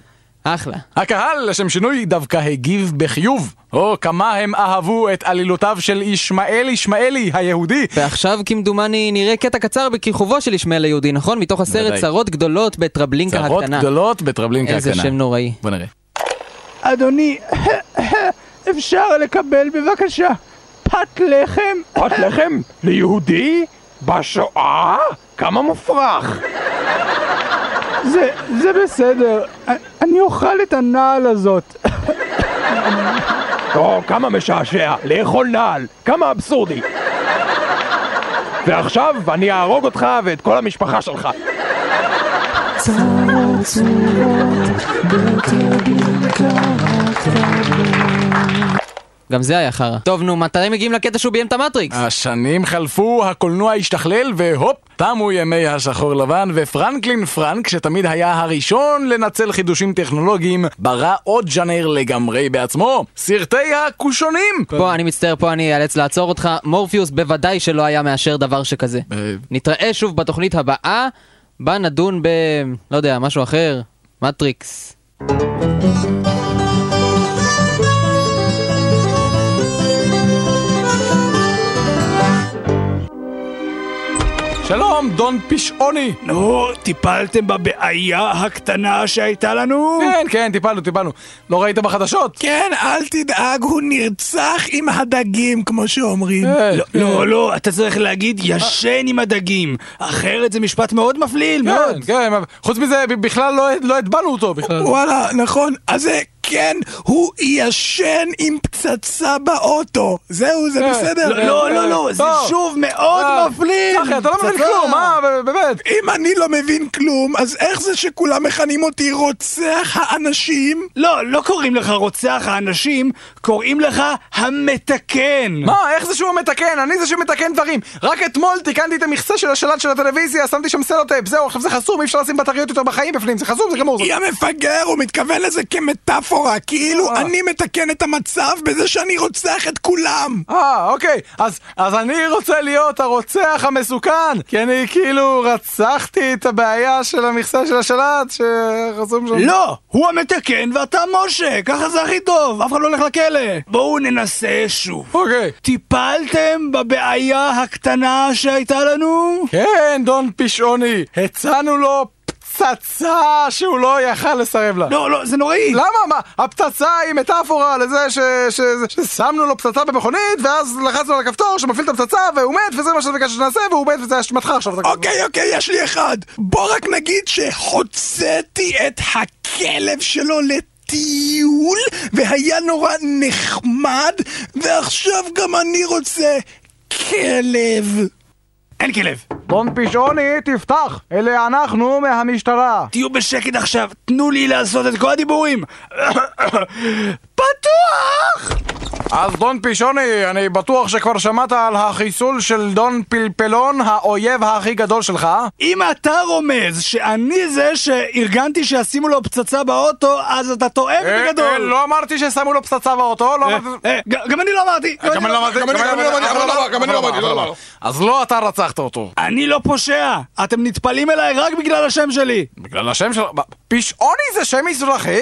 אחלה.
הקהל, לשם שינוי, דווקא הגיב בחיוב. או כמה הם אהבו את עלילותיו של ישמעאל ישמעאלי היהודי.
ועכשיו כמדומני נראה קטע קצר בכיכובו של ישמעאל היהודי, נכון? מתוך הסרט
בוודאי.
צרות גדולות בטרבלינקה הקטנה.
צרות גדולות בטרבלינקה הקטנה.
איזה שם נוראי.
בוא נראה.
אדוני, אפשר לקבל בבקשה פת לחם?
פת לחם? ליהודי? בשואה? כמה מופרך!
זה, זה בסדר, אה, אני אוכל את הנעל הזאת.
או, כמה משעשע! לאכול נעל! כמה אבסורדי! ועכשיו אני אהרוג אותך ואת כל המשפחה שלך!
צרות
צורות, בטובים
גם זה היה חרא. טוב, נו, מתי מגיעים לקטע שהוא ביים את המטריקס?
אה,
השנים חלפו, הקולנוע השתכלל, והופ, תמו ימי השחור לבן, ופרנקלין פרנק, שתמיד היה הראשון לנצל חידושים טכנולוגיים, ברא עוד ז'אנר לגמרי בעצמו. סרטי הקושונים!
פה, אני מצטער, פה אני אאלץ לעצור אותך. מורפיוס בוודאי שלא היה מאשר דבר שכזה. נתראה שוב בתוכנית הבאה, בה נדון ב... לא יודע, משהו אחר. מטריקס.
שלום, דון פישעוני!
נו, טיפלתם בבעיה הקטנה שהייתה לנו?
כן, כן, טיפלנו, טיפלנו. לא ראית בחדשות?
כן, אל תדאג, הוא נרצח עם הדגים, כמו שאומרים.
כן,
לא,
כן.
לא, לא, אתה צריך להגיד ישן עם הדגים, אחרת זה משפט מאוד מפליל, מאוד.
כן, חוץ מזה, בכלל לא הטבענו אותו
כן.
בכלל.
וואלה,
נכון, אז זה כן, הוא ישן עם פצצה באוטו. זהו, זה
כן.
בסדר.
לא, לא, לא, לא, זה שוב מאוד
אה,
מפליל.
צחי, אתה לא מבין
פצצה.
כלום, אה,
באמת.
אם אני לא מבין כלום, אז איך זה שכולם מכנים אותי רוצח האנשים?
לא, לא קוראים לך רוצח האנשים, קוראים לך המתקן.
מה, אה, איך זה שהוא מתקן? אני זה שמתקן דברים. רק אתמול תיקנתי את המכסה של השלט של הטלוויזיה, שמתי שם סלוטייפ, זהו, עכשיו זה חסום, אי אפשר לשים בטריות יותר בחיים בפנים, זה חסום, זה גמור.
יא מפגר, הוא מתכוון לזה כמטאפורה,
אה.
כאילו אני מתקן את המצב בזה שאני רוצח את כולם.
אה, אוקיי, אז, אז אני רוצה להיות הרוצח המסוכן, כי אני כאילו רצחתי את הבעיה של המכסה של השלט, שחסום שם.
לא, הוא המתקן ואתה משה, ככה זה הכי טוב, אף אחד לא הולך לכלא. בואו ננסה שוב.
אוקיי.
טיפלתם בבעיה הקטנה שהייתה לנו?
כן, דון פישעוני, הצענו לו פצצה שהוא לא יכל לסרב לה.
לא, לא, זה נוראי.
למה? מה? הפצצה היא מטאפורה לזה ש... ש... ששמנו לו פצצה במכונית, ואז לחצנו על הכפתור שמפעיל את הפצצה, והוא מת, וזה מה שביקשת שנעשה, והוא מת, וזה אשמתך עכשיו.
אוקיי, אוקיי, יש לי אחד. בוא רק נגיד שהוצאתי את הכלב שלו לטיול, והיה נורא נחמד, ועכשיו גם אני רוצה כלב.
אין כלב.
דון פישעוני, תפתח! אלה אנחנו מהמשטרה.
תהיו בשקט עכשיו, תנו לי לעשות את כל הדיבורים. פתוח!
אז דון פישוני, אני בטוח שכבר שמעת על החיסול של דון פלפלון, האויב הכי גדול שלך.
אם אתה רומז שאני זה שארגנתי שישימו לו פצצה באוטו, אז אתה טועה
אה, אה,
בגדול.
לא אמרתי ששמו לו פצצה באוטו, לא
אה,
אמרתי...
אה, ג- גם אני לא אמרתי.
גם אני לא אמרתי, אז לא אתה רצחת אותו.
אני לא פושע. אתם נטפלים אליי רק בגלל השם שלי.
בגלל השם שלך... פישעוני זה שם מזרחי?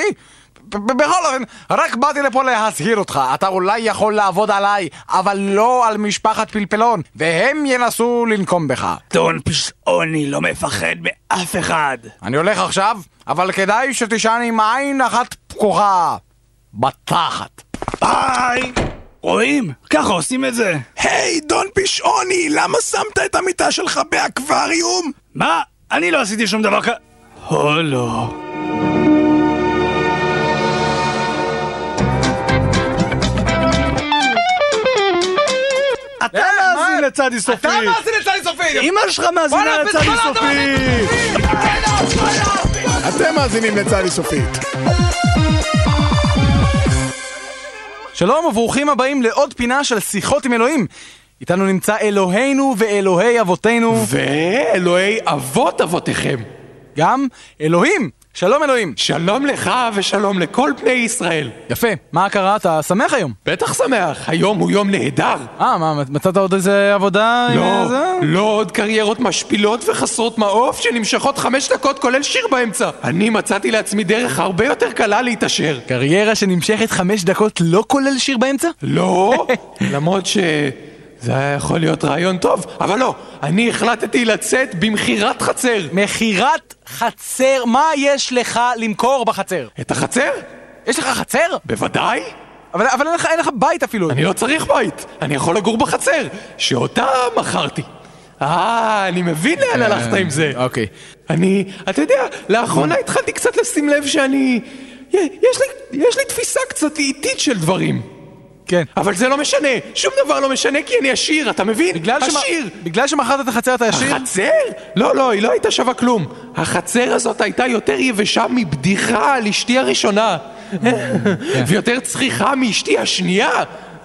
ב- ב- בכל אופן, רק באתי לפה להזהיר אותך, אתה אולי יכול לעבוד עליי, אבל לא על משפחת פלפלון, והם ינסו לנקום בך.
דון פשעוני לא מפחד מאף אחד.
אני הולך עכשיו, אבל כדאי שתישן עם עין אחת פקוחה. בתחת.
היי! רואים? ככה עושים את זה.
היי, דון פישעוני, למה שמת את המיטה שלך באקווריום?
מה? אני לא עשיתי שום דבר כ... לא. הולו. אתה אה, מאזין לצדי סופי!
אתה מאזין
לצדי סופי!
אמא שלך מאזינה
בואנה,
לצדי
בזמן אתה
סופי!
אתם מאזינים לצד סופית.
שלום וברוכים הבאים לעוד פינה של שיחות עם אלוהים. איתנו נמצא אלוהינו ואלוהי אבותינו.
ואלוהי אבות אבותיכם.
גם אלוהים. שלום אלוהים.
שלום לך ושלום לכל בני ישראל.
יפה, מה קרה? אתה שמח היום.
בטח שמח, היום הוא יום נהדר.
אה, מה, מצאת עוד איזה עבודה? אה,
לא, לא עוד קריירות משפילות וחסרות מעוף שנמשכות חמש דקות כולל שיר באמצע. אני מצאתי לעצמי דרך הרבה יותר קלה להתעשר.
קריירה שנמשכת חמש דקות לא כולל שיר באמצע?
לא, למרות ש... זה היה יכול להיות רעיון טוב, אבל לא, אני החלטתי לצאת במכירת חצר.
מכירת חצר, מה יש לך למכור בחצר?
את החצר?
יש לך חצר?
בוודאי.
אבל, אבל אין, לך, אין לך בית אפילו.
אני לא צריך בית, אני יכול לגור בחצר, שאותה מכרתי. אה, אני מבין לאן
אה,
הלכת עם זה.
אוקיי.
אני, אתה יודע, לאחרונה התחלתי קצת לשים לב שאני... יש לי, יש לי תפיסה קצת איטית של דברים.
כן.
אבל זה לא משנה, שום דבר לא משנה כי אני עשיר, אתה מבין?
בגלל שמ-
עשיר!
בגלל שמכרת את החצר אתה עשיר?
החצר? לא, לא, היא לא הייתה שווה כלום. החצר הזאת הייתה יותר יבשה מבדיחה על אשתי הראשונה.
אה, כן.
ויותר צריכה מאשתי השנייה.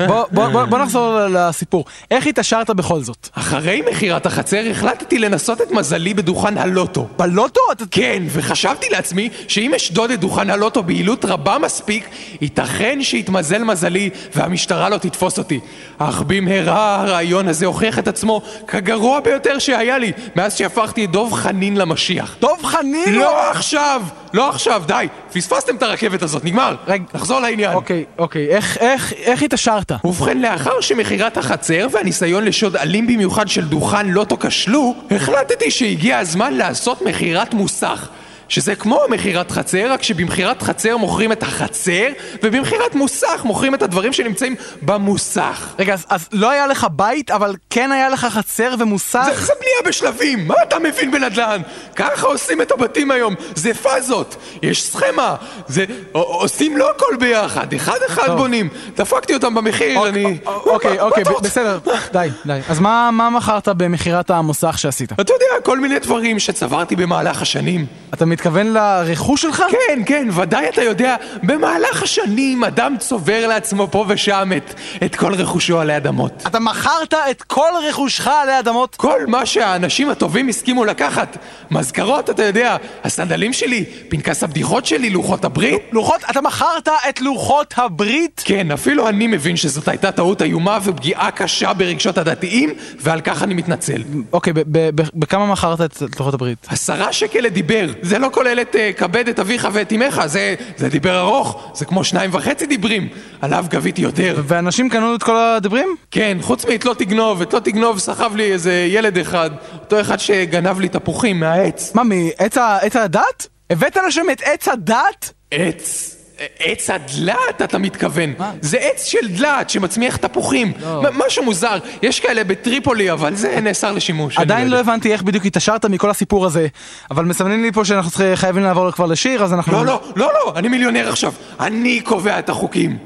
בוא- בוא בוא- בוא נחזור ל- לסיפור. איך התעשרת בכל זאת?
אחרי מכירת החצר החלטתי לנסות את מזלי בדוכן הלוטו.
אה, לא
בלוטו? כן, וחשבתי לעצמי שאם אשדוד את דוכן הלוטו ביעילות רבה מספיק, ייתכן שיתמזל מזלי והמשטרה לא תתפוס אותי. אך במהרה הרעיון הזה הוכיח את עצמו כגרוע ביותר שהיה לי מאז שהפכתי את דב חנין למשיח.
דב חנין?
לא עכשיו! לא עכשיו, די. פספסתם את הרכבת הזאת, נגמר. רגע. נחזור לעניין.
אוקיי, אוקיי, איך, איך, איך התעשרת?
ובכן, לאחר שמכירת החצר והניסיון לשוד אלים במיוחד של דוכן לוטו כשלו, החלטתי שהגיע הזמן לעשות מכירת מוסך. שזה כמו מכירת חצר, רק שבמכירת חצר מוכרים את החצר, ובמכירת מוסך מוכרים את הדברים שנמצאים במוסך.
רגע, אז, אז לא היה לך בית, אבל כן היה לך חצר ומוסך?
זה, זה בנייה בשלבים, מה אתה מבין בנדל"ן? ככה עושים את הבתים היום, זה פאזות, יש סכמה, זה... ע- עושים לא הכל ביחד, אחד אחד בונים. דפקתי אותם במחיר, אני...
אוקיי, אוקיי, ב- בסדר, די, די. אז מה, מה מכרת במכירת המוסך שעשית?
אתה יודע, כל מיני דברים שצברתי במהלך השנים.
אתה מתכוון לרכוש שלך?
כן, כן, ודאי אתה יודע, במהלך השנים אדם צובר לעצמו פה ושם את, את כל רכושו עלי אדמות.
אתה מכרת את כל רכושך עלי אדמות?
כל מה שהאנשים הטובים הסכימו לקחת. מזכרות, אתה יודע, הסנדלים שלי, פנקס הבדיחות שלי, לוחות הברית.
לוחות, אתה מכרת את לוחות הברית?
כן, אפילו אני מבין שזאת הייתה טעות איומה ופגיעה קשה ברגשות הדתיים, ועל כך אני מתנצל.
אוקיי, ב- ב- ב- בכמה מכרת את לוחות הברית?
עשרה שקל לדיבר, זה לא כולל את אה, כבד את אביך ואת אמך, זה, זה דיבר ארוך, זה כמו שניים וחצי דיברים, עליו גביתי יותר.
ואנשים קנו את כל הדיברים?
כן, חוץ מאת לא תגנוב, את לא תגנוב סחב לי איזה ילד אחד, אותו אחד שגנב לי תפוחים מהעץ.
מה, מעץ ה- עץ הדת? הבאת לשם את עץ הדת?
עץ? עץ הדלעת אתה מתכוון, זה עץ של דלעת שמצמיח תפוחים,
לא.
מ- משהו מוזר, יש כאלה בטריפולי אבל זה נאסר לשימוש. אני
עדיין
יודע.
לא הבנתי איך בדיוק התעשרת מכל הסיפור הזה, אבל מסמנים לי פה שאנחנו צריכים- חייבים לעבור כבר לשיר, אז אנחנו...
לא, לא, לא, לא, אני מיליונר עכשיו, אני קובע את החוקים.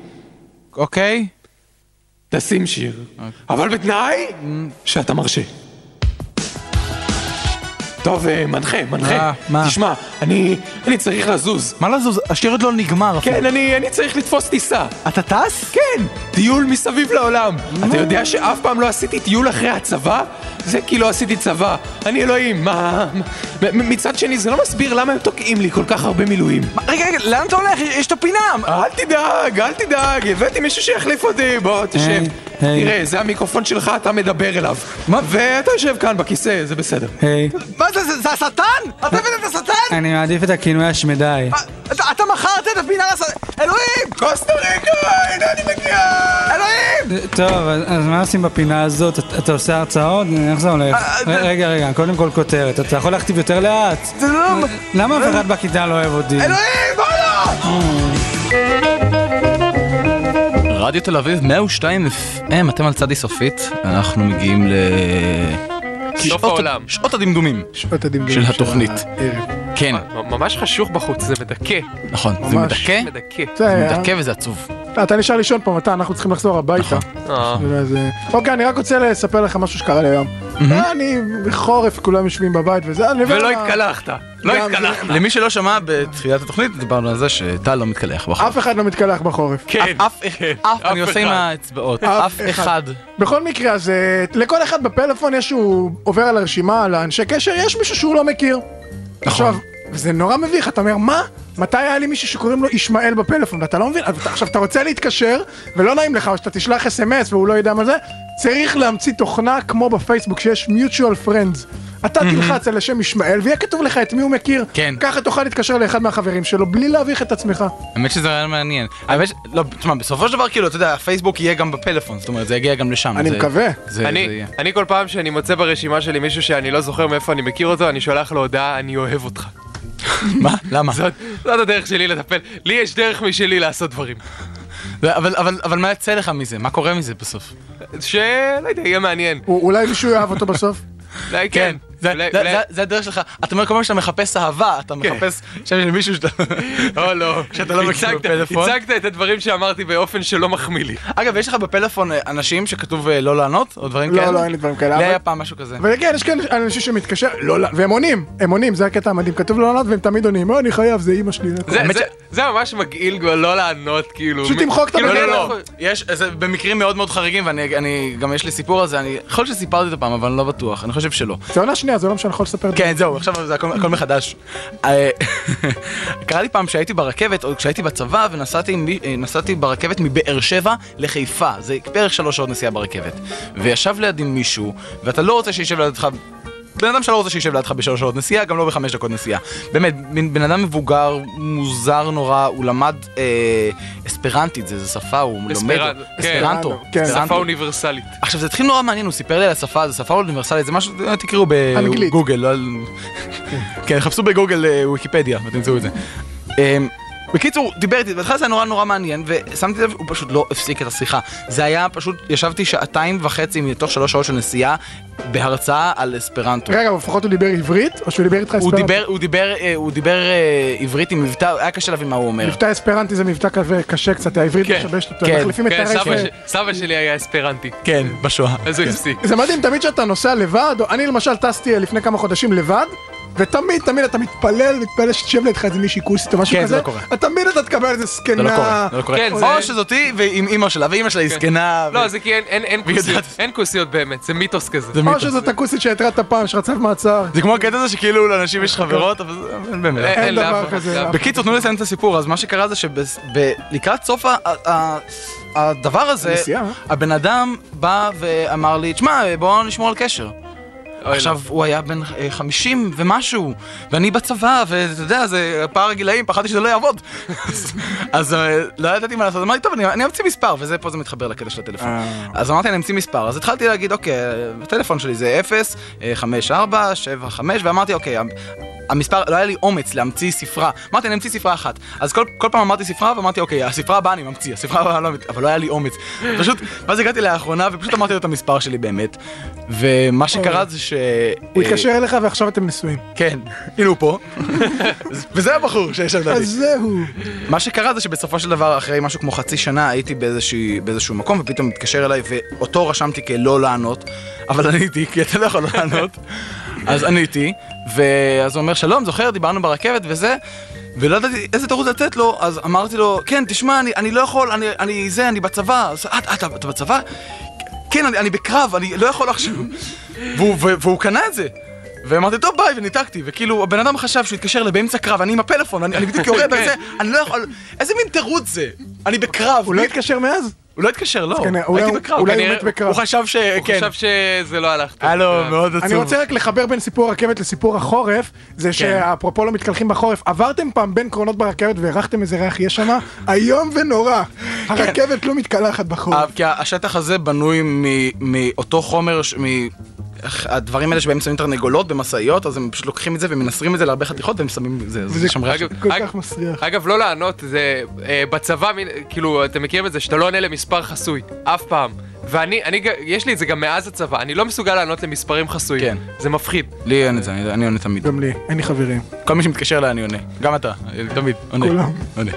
אוקיי.
תשים שיר, אבל בתנאי שאתה מרשה. טוב, אה, מנחה, מנחה.
מה? מה?
תשמע, אני אני צריך לזוז.
מה לזוז? השיר עוד לא נגמר אפילו.
כן, אני אני צריך לתפוס טיסה.
אתה טס?
כן, טיול מסביב לעולם. אתה יודע שאף פעם לא עשיתי טיול אחרי הצבא? זה כי לא עשיתי צבא. אני אלוהים, מה... מ- מ- מצד שני, זה לא מסביר למה הם תוקעים לי כל כך הרבה מילואים.
מה, רגע, רגע, לאן אתה הולך? יש את הפינה!
אל תדאג, אל תדאג, הבאתי מישהו שיחליף אותי, בוא תשב. תראה, זה המיקרופון שלך, אתה מדבר אליו. מה? ואתה יושב כאן בכיסא, זה בסדר.
היי,
מה זה, זה- זה השטן? אתה הבאת את השטן? אה.
אני מעדיף את הכינוי השמדי.
אתה- אתה מכרת את הפינה לשטן? אלוהים!
קוסטה ריקה, הנה אני מגיע!
אלוהים!
טוב, אז אז מה עושים בפינה הזאת? אתה- אתה עושה הרצאות? איך זה הולך?
אה,
ר- רגע, רגע, קודם כל כותרת. אתה יכול להכתיב יותר לאט. אה,
זה לא...
למה אף אחד בכיתה לא אוהב אותי?
אלוהים, רדיו תל אביב 102 FM, אתם על צדי סופית, אנחנו מגיעים ל...
סוף העולם.
שעות הדמדומים.
שעות הדמדומים
של התוכנית. כן.
אה, ממש חשוך בחוץ, זה מדכא. כן.
נכון, זה
ממש.
מדכא?
מדכא.
זה-
זה מדכא וזה עצוב.
אתה נשאר לישון פה, מתן, אנחנו צריכים לחזור הביתה.
נכון.
אה.
ואז, אה, אוקיי, אני רק רוצה לספר לך משהו שקרה לי היום. אה, אני בחורף, כולם יושבים בבית וזה, אני...
ולא
התקלחת.
לא גם- התקלחת.
למי שלא שמע בתחילת התוכנית, דיברנו על זה שטל לא מתקלח בחור.
אף אחד לא מתקלח בחורף.
כן, אף אף אני עושה עם האצבעות, אף אחד.
בכל מקרה, אז אה, לכל אחד בפלאפון יש שהוא עובר על הרשימה, על האנשי קשר, יש מישהו שהוא לא מכיר. עכשיו, זה נורא מביך, אתה אומר, מה? מתי היה לי מישהו שקוראים לו ישמעאל בפלאפון, ואתה לא מבין? אז אתה- עכשיו, אתה רוצה להתקשר, ולא נעים לך, או שאתה תשלח אס.אם.אס והוא לא ידע מה זה, צריך להמציא תוכנה כמו בפייסבוק, שיש mutual friends. אתה תלחץ על השם ישמעאל, ויהיה כתוב לך את מי הוא מכיר.
כן.
ככה תוכל להתקשר לאחד מהחברים שלו, בלי להביך את עצמך.
האמת שזה רעיון מעניין. האמת ש... לא, תשמע, בסופו של דבר, כאילו, אתה יודע, הפייסבוק יהיה גם בפלאפון, זאת אומרת, זה יגיע גם לשם. זה- זה- זה
אני,
יהיה.
אני כל פעם שאני מוצא ברשימה שלי מישהו שאני לא זוכר מאיפה אני מכיר אותו, אני שולח לו הודעה, אני אוהב אותך.
מה? למה?
זאת, זאת הדרך שלי לטפל. לי יש דרך משלי לעשות דברים.
אבל, אבל, אבל מה יצא לך מזה? מה קורה מזה בסוף?
שלא יודע, יהיה מעניין.
אולי מישהו יאהב אותו בסוף?
אולי כן.
זה- זה- זה- זה הדרך שלך. אתה אומר כל פעם שאתה מחפש אהבה, אתה מחפש שם של מישהו שאתה...
או לא.
שאתה לא מכיר
הצגת-
בפלאפון.
הצגת את הדברים שאמרתי באופן שלא מחמיא לי.
אגב, יש לך בפלאפון אה, אנשים שכתוב אה, לא לענות, או דברים כאלה?
לא, לא, אין לי דברים כאלה.
לי
אבל-
היה פעם משהו כזה.
אבל כן, יש כאן אנשים שמתקשר, לא, לא, והם עונים, הם עונים, זה הקטע המדהים. כתוב לא לענות והם תמיד עונים, "אה, אני חייב, זה אימא שלי.
זה- זה- זה ממש מגעיל כבר לא לענות, כאילו. מ- כאילו,
לא, לא,
לא.
לא. יש, זה במקרים מאוד מאוד חריגים, ואני אני- גם יש לי סיפור על זה, אני יכול להיות שסיפרתי אותו פעם, אבל אני לא בטוח, אני חושב שלא.
זה עונה שנייה, זה לא משנה, אני יכול לספר את זה.
כן, זהו, עכשיו זה הכל הכל מחדש. אה, קרה לי פעם שהייתי ברכבת, או כשהייתי בצבא, ונסעתי עם מי- אה, נסעתי ברכבת מבאר שבע לחיפה. זה בערך שלוש שעות נסיעה ברכבת. וישב לידי מישהו, ואתה לא רוצה שישב לידך... בן אדם שלא רוצה שישב לידך בשלוש שעות נסיעה, גם לא בחמש דקות נסיעה. באמת, בן, בן אדם מבוגר, מוזר נורא, הוא למד אה, אספרנטית, זה, זה שפה, הוא לומד...
אספרד- כן.
אספרנטו.
שפה
אספרנטו.
אוניברסלית.
עכשיו זה התחיל נורא מעניין, הוא סיפר לי על השפה, זו שפה אוניברסלית, זה משהו, אה, תקראו
אנגלית.
בגוגל, לא על... כן, חפשו בגוגל אה, ויקיפדיה ותמצאו את זה. אמ, בקיצור, דיבר איתי, בהתחלה זה היה נורא נורא מעניין, ושמתי לב, הוא פשוט לא הפסיק את השיחה. זה היה פשוט, ישבתי שעתיים וחצי מתוך שלוש שעות של נסיעה בהרצאה על אספרנטו.
רגע, אבל לפחות הוא דיבר עברית, או שהוא דיבר איתך
הוא
אספרנטי?
דיבר, הוא דיבר, אה, הוא דיבר אה, עברית עם מבטא, היה קשה להבין מה הוא אומר.
מבטא אספרנטי זה מבטא כזה קשה קצת, העברית משבשת אותו,
כן,
מחליפים את
כן,
הרשת.
סבא ש- סבא שלי היה אספרנטי.
כן, בשואה.
אז הוא הפסיק.
זה מדהים, תמיד כשאתה נוסע לבד, או אני למשל טסתי אה, לפני כמה חודשים לבד, ותמיד תמיד אתה מתפלל, מתפלל שתשב לידך איזה מישהי כוסית או משהו
כן,
כזה,
זה לא קורה.
אתה תמיד אתה תקבל איזה זקנה.
זה לא קורה, זה לא קורה.
כן,
או
זה-
שזאתי ועם אימא שלה, ואימא שלה היא
כן.
זקנה. ו-
לא, זה כי אין- אין- אין
והיא
כוסיות.
יודעת-
אין כוסיות באמת, זה מיתוס כזה.
או שזאת הכוסית שהתרעת פעם, שרצב מעצר.
זה כמו הקטע הזה שכאילו לאנשים יש חברות, אבל זה- אין באמת.
אין אין דבר לאף אחד, כזה, לאף אחד.
אה, בקיצור, תנו לי לסיים את הסיפור, אז מה שקרה זה שלקראת סוף ה- ה- ה- הדבר הזה,
הנסיעה.
הבן אדם בא ואמר לי, תשמע, בואו נשמור על קשר. עכשיו, הוא היה בן אה, 50 ומשהו, ואני בצבא, ואתה יודע, זה פער הגילאים, פחדתי שזה לא יעבוד. אז- אז אה, לא ידעתי מה לעשות, אמרתי, טוב, אני- אני אמציא מספר, וזה, פה זה מתחבר לקטע של הטלפון. אז אמרתי, אני אמציא מספר, אז התחלתי להגיד, אוקיי, הטלפון שלי זה אה, 0, 5, 4, 7, 5, ואמרתי, אוקיי, המ- המספר, לא היה לי אומץ להמציא ספרה. אמרתי, אני אמציא ספרה אחת. אז כל, כל פעם אמרתי ספרה, ואמרתי, אוקיי, הספרה הבאה אני ממציא, הספרה הבאה אני לא ממציא, אבל לא היה לי אומץ. פשוט, ואז הגעתי לאחרונה, ופשוט אמרתי לו את המספר שלי באמת. ומה שקרה זה ש...
הוא
אה,
התקשר אליך ועכשיו אתם נשואים.
כן, הנה הוא פה. וזה הבחור שישב לידי.
אז זהו.
מה שקרה זה שבסופו של דבר, אחרי משהו כמו חצי שנה, הייתי באיזשהו, באיזשהו מקום, ופתאום התקשר אליי, ואותו רשמתי כלא לענות, אבל עניתי, כי אתה לא יכול לא לענות. אז עניתי, ואז הוא אומר, שלום, זוכר, דיברנו ברכבת וזה, ולא ידעתי איזה תירוץ לתת לו, אז אמרתי לו, כן, תשמע, אני, אני לא יכול, אני, אני זה, אני בצבא. אז, "אה, אתה, אתה בצבא? כן, אני, אני בקרב, אני לא יכול עכשיו. והוא, והוא, והוא קנה את זה. ואמרתי, טוב, ביי, וניתקתי. וכאילו, הבן אדם חשב שהוא התקשר אליי באמצע קרב, אני עם הפלאפון, אני, אני בדיוק יורד,
כן.
ואני זה, אני לא יכול... איזה מין תירוץ זה? אני בקרב.
הוא לא התקשר מאז?
הוא לא התקשר, לא.
כנראה, אולי
הייתי
הוא-
בקרב.
אולי הוא
כנראה-
מת בקרב.
הוא חשב ש...
הוא
כן.
חשב שזה לא הלך טוב.
היה לו מאוד עצוב.
אני רוצה רק לחבר בין סיפור הרכבת לסיפור החורף,
כן.
זה שאפרופו לא מתקלחים בחורף, עברתם פעם בין קרונות ברכבת והרחתם איזה ריח יש שם? איום ונורא.
כן.
הרכבת לא מתקלחת בחורף.
אה, כי השטח הזה בנוי מ- מאותו חומר, ש- מ... הדברים האלה שבהם שמים תרנגולות במשאיות, אז הם פשוט לוקחים את זה ומנסרים את זה להרבה חתיכות והם שמים את זה, זה שם ריח.
אגב,
כל
אג-
כך מסריח.
אגב, לא לענות, זה אה, בצבא, מין- כאילו, אתם מכירים את זה, שאתה לא עונה למספר חסוי, אף פעם. ואני, אני, ג- יש לי את זה גם מאז הצבא, אני לא מסוגל לענות למספרים חסויים. כן. זה מפחיד.
לי אין את זה, אני- אני עונה תמיד.
גם לי, אין לי חברים.
כל מי שמתקשר אליי אני עונה. גם אתה, תמיד, עונה.
כולם.
עונה.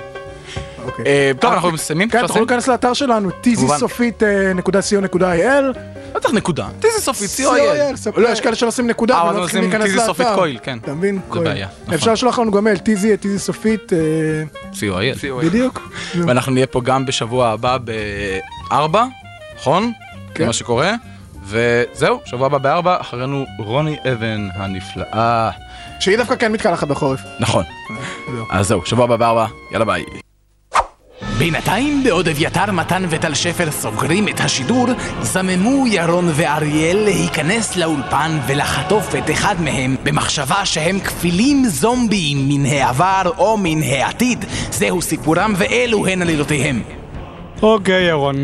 אה, טוב, אנחנו מסיימים?
כן,
אפשר
תוכלו
לסיים?
להיכנס לאתר שלנו, אה, tzsופית.co.il.
לא צריך נקודה. טיזי סופית,
co.il. לא, יש כאלה שלא עושים נקודה,
אה,
אבל
אז
לא צריכים
עושים
להיכנס
טיזי
לאתר.
סופית קויל, כן.
אתה מבין?
זה
קויל.
בעיה. נכון.
אפשר לשלוח לנו גם מייל, טיזי, טיזי סופית. אה,
co.il.
בדיוק.
ואנחנו נהיה פה גם בשבוע הבא ב-4, נכון? זה מה שקורה. וזהו, שבוע הבא בארבע, אחרינו רוני אבן הנפלאה.
שהיא דווקא כן מתקלחת בחורף.
נכון. אז זהו, שבוע הבא בארבע, יאללה ביי.
בינתיים, בעוד אביתר, מתן וטל שפר סוגרים את השידור, זממו ירון ואריאל להיכנס לאולפן ולחטוף את אחד מהם במחשבה שהם כפילים זומביים מן העבר או מן העתיד. זהו סיפורם ואלו הן עלילותיהם.
אוקיי, ירון,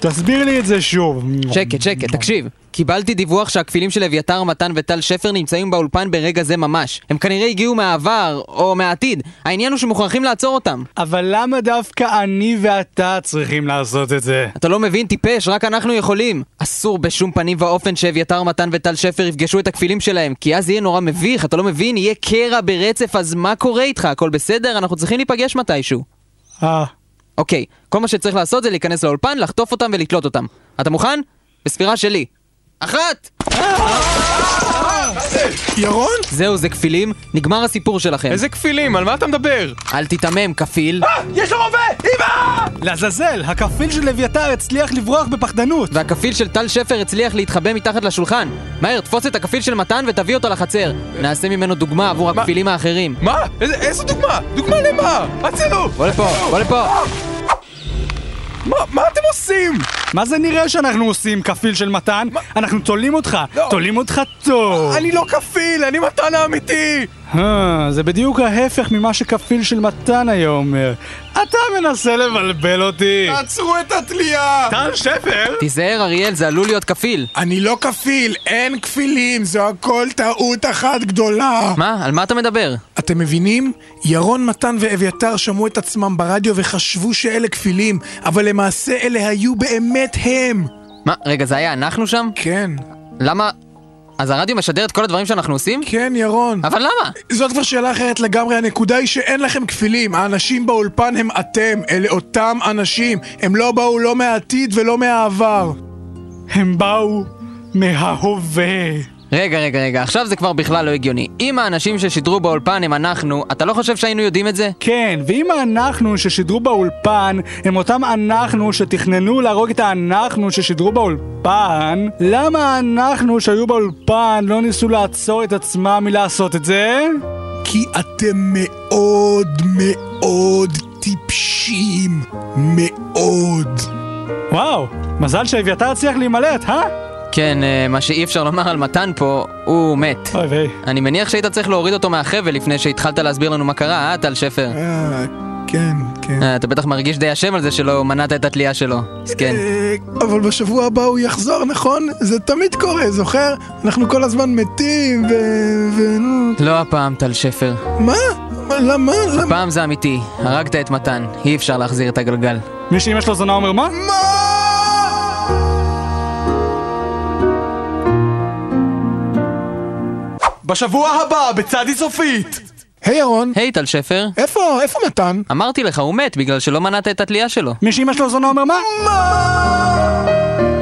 תסביר לי את זה שוב.
שקט, שקט, תקשיב. קיבלתי דיווח שהכפילים של אביתר מתן וטל שפר נמצאים באולפן ברגע זה ממש. הם כנראה הגיעו מהעבר, או מהעתיד. העניין הוא שמוכרחים לעצור אותם.
אבל למה דווקא אני ואתה צריכים לעשות את זה?
אתה לא מבין, טיפש, רק אנחנו יכולים. אסור בשום פנים ואופן שאביתר מתן וטל שפר יפגשו את הכפילים שלהם, כי אז יהיה נורא מביך, אתה לא מבין, יהיה קרע ברצף, אז מה קורה איתך? הכל בסדר? אנחנו צריכים להיפגש מתישהו.
אה.
אוקיי, כל מה שצריך לעשות זה להיכנס לאולפן, לחטוף אותם ולתלות אותם. אתה מוכן? בספירה שלי. אחת!
ירון?
זהו, זה כפילים, נגמר הסיפור שלכם.
איזה כפילים? על מה אתה מדבר?
אל תיתמם, כפיל.
יש לו רובה! אמא!
לעזאזל, הכפיל של אביתר הצליח לברוח בפחדנות.
והכפיל של טל שפר הצליח להתחבא מתחת לשולחן. מהר, תפוס את הכפיל של מתן ותביא אותו לחצר. נעשה ממנו דוגמה עבור הכפילים האחרים.
מה? איזה- איזה דוגמה? דוגמה למה? הצילו!
בוא לפה, בוא לפה.
מה, מה אתם עושים?
מה זה נראה שאנחנו עושים, כפיל של מתן? אנחנו תולים אותך, תולים אותך טוב.
אני לא כפיל, אני מתן האמיתי!
אה, זה בדיוק ההפך ממה שכפיל של מתן היה אומר. אתה מנסה לבלבל אותי.
עצרו את התלייה!
טל שפר?
תיזהר, אריאל, זה עלול להיות כפיל.
אני לא כפיל, אין כפילים, זו הכל טעות אחת גדולה.
מה? על מה אתה מדבר?
אתם מבינים? ירון מתן ואביתר שמעו את עצמם ברדיו וחשבו שאלה כפילים, אבל למעשה אלה היו באמת הם.
מה, רגע, זה היה אנחנו שם?
כן.
למה? אז הרדיו משדר את כל הדברים שאנחנו עושים?
כן, ירון.
אבל למה?
זאת כבר שאלה אחרת לגמרי, הנקודה היא שאין לכם כפילים, האנשים באולפן הם אתם, אלה אותם אנשים, הם לא באו לא מהעתיד ולא מהעבר.
הם באו מההווה.
רגע, רגע, רגע, עכשיו זה כבר בכלל לא הגיוני. אם האנשים ששידרו באולפן הם אנחנו, אתה לא חושב שהיינו יודעים את זה?
כן, ואם האנחנו ששידרו באולפן הם אותם אנחנו שתכננו להרוג את האנחנו ששידרו באולפן, למה האנחנו שהיו באולפן לא ניסו לעצור את עצמם מלעשות את זה?
כי אתם מאוד מאוד טיפשים. מאוד.
וואו, מזל שאביתר הצליח להימלט, אה?
כן, אה, מה שאי אפשר לומר על מתן פה, הוא מת.
אוי ויי.
אני מניח שהיית צריך להוריד אותו מהחבל לפני שהתחלת להסביר לנו מה קרה, אה, טל שפר?
אה, כן, כן.
אה, אתה בטח מרגיש די אשם על זה שלא מנעת את התלייה שלו. כן. מסכן.
אה, אבל בשבוע הבא הוא יחזור, נכון? זה תמיד קורה, זוכר? אנחנו כל הזמן מתים, ו... ונו...
לא הפעם, טל שפר.
מה? מה, למה? למה?
הפעם זה אמיתי, הרגת את מתן, אי אפשר להחזיר את הגלגל.
מי שאמא שלו זונה אומר מה?
בשבוע הבא, בצדי סופית!
היי ירון.
היי טל שפר.
איפה, איפה מתן?
אמרתי לך, הוא מת בגלל שלא מנעת את התלייה שלו.
מי שאמא שלו זונה אומר מה?
מה?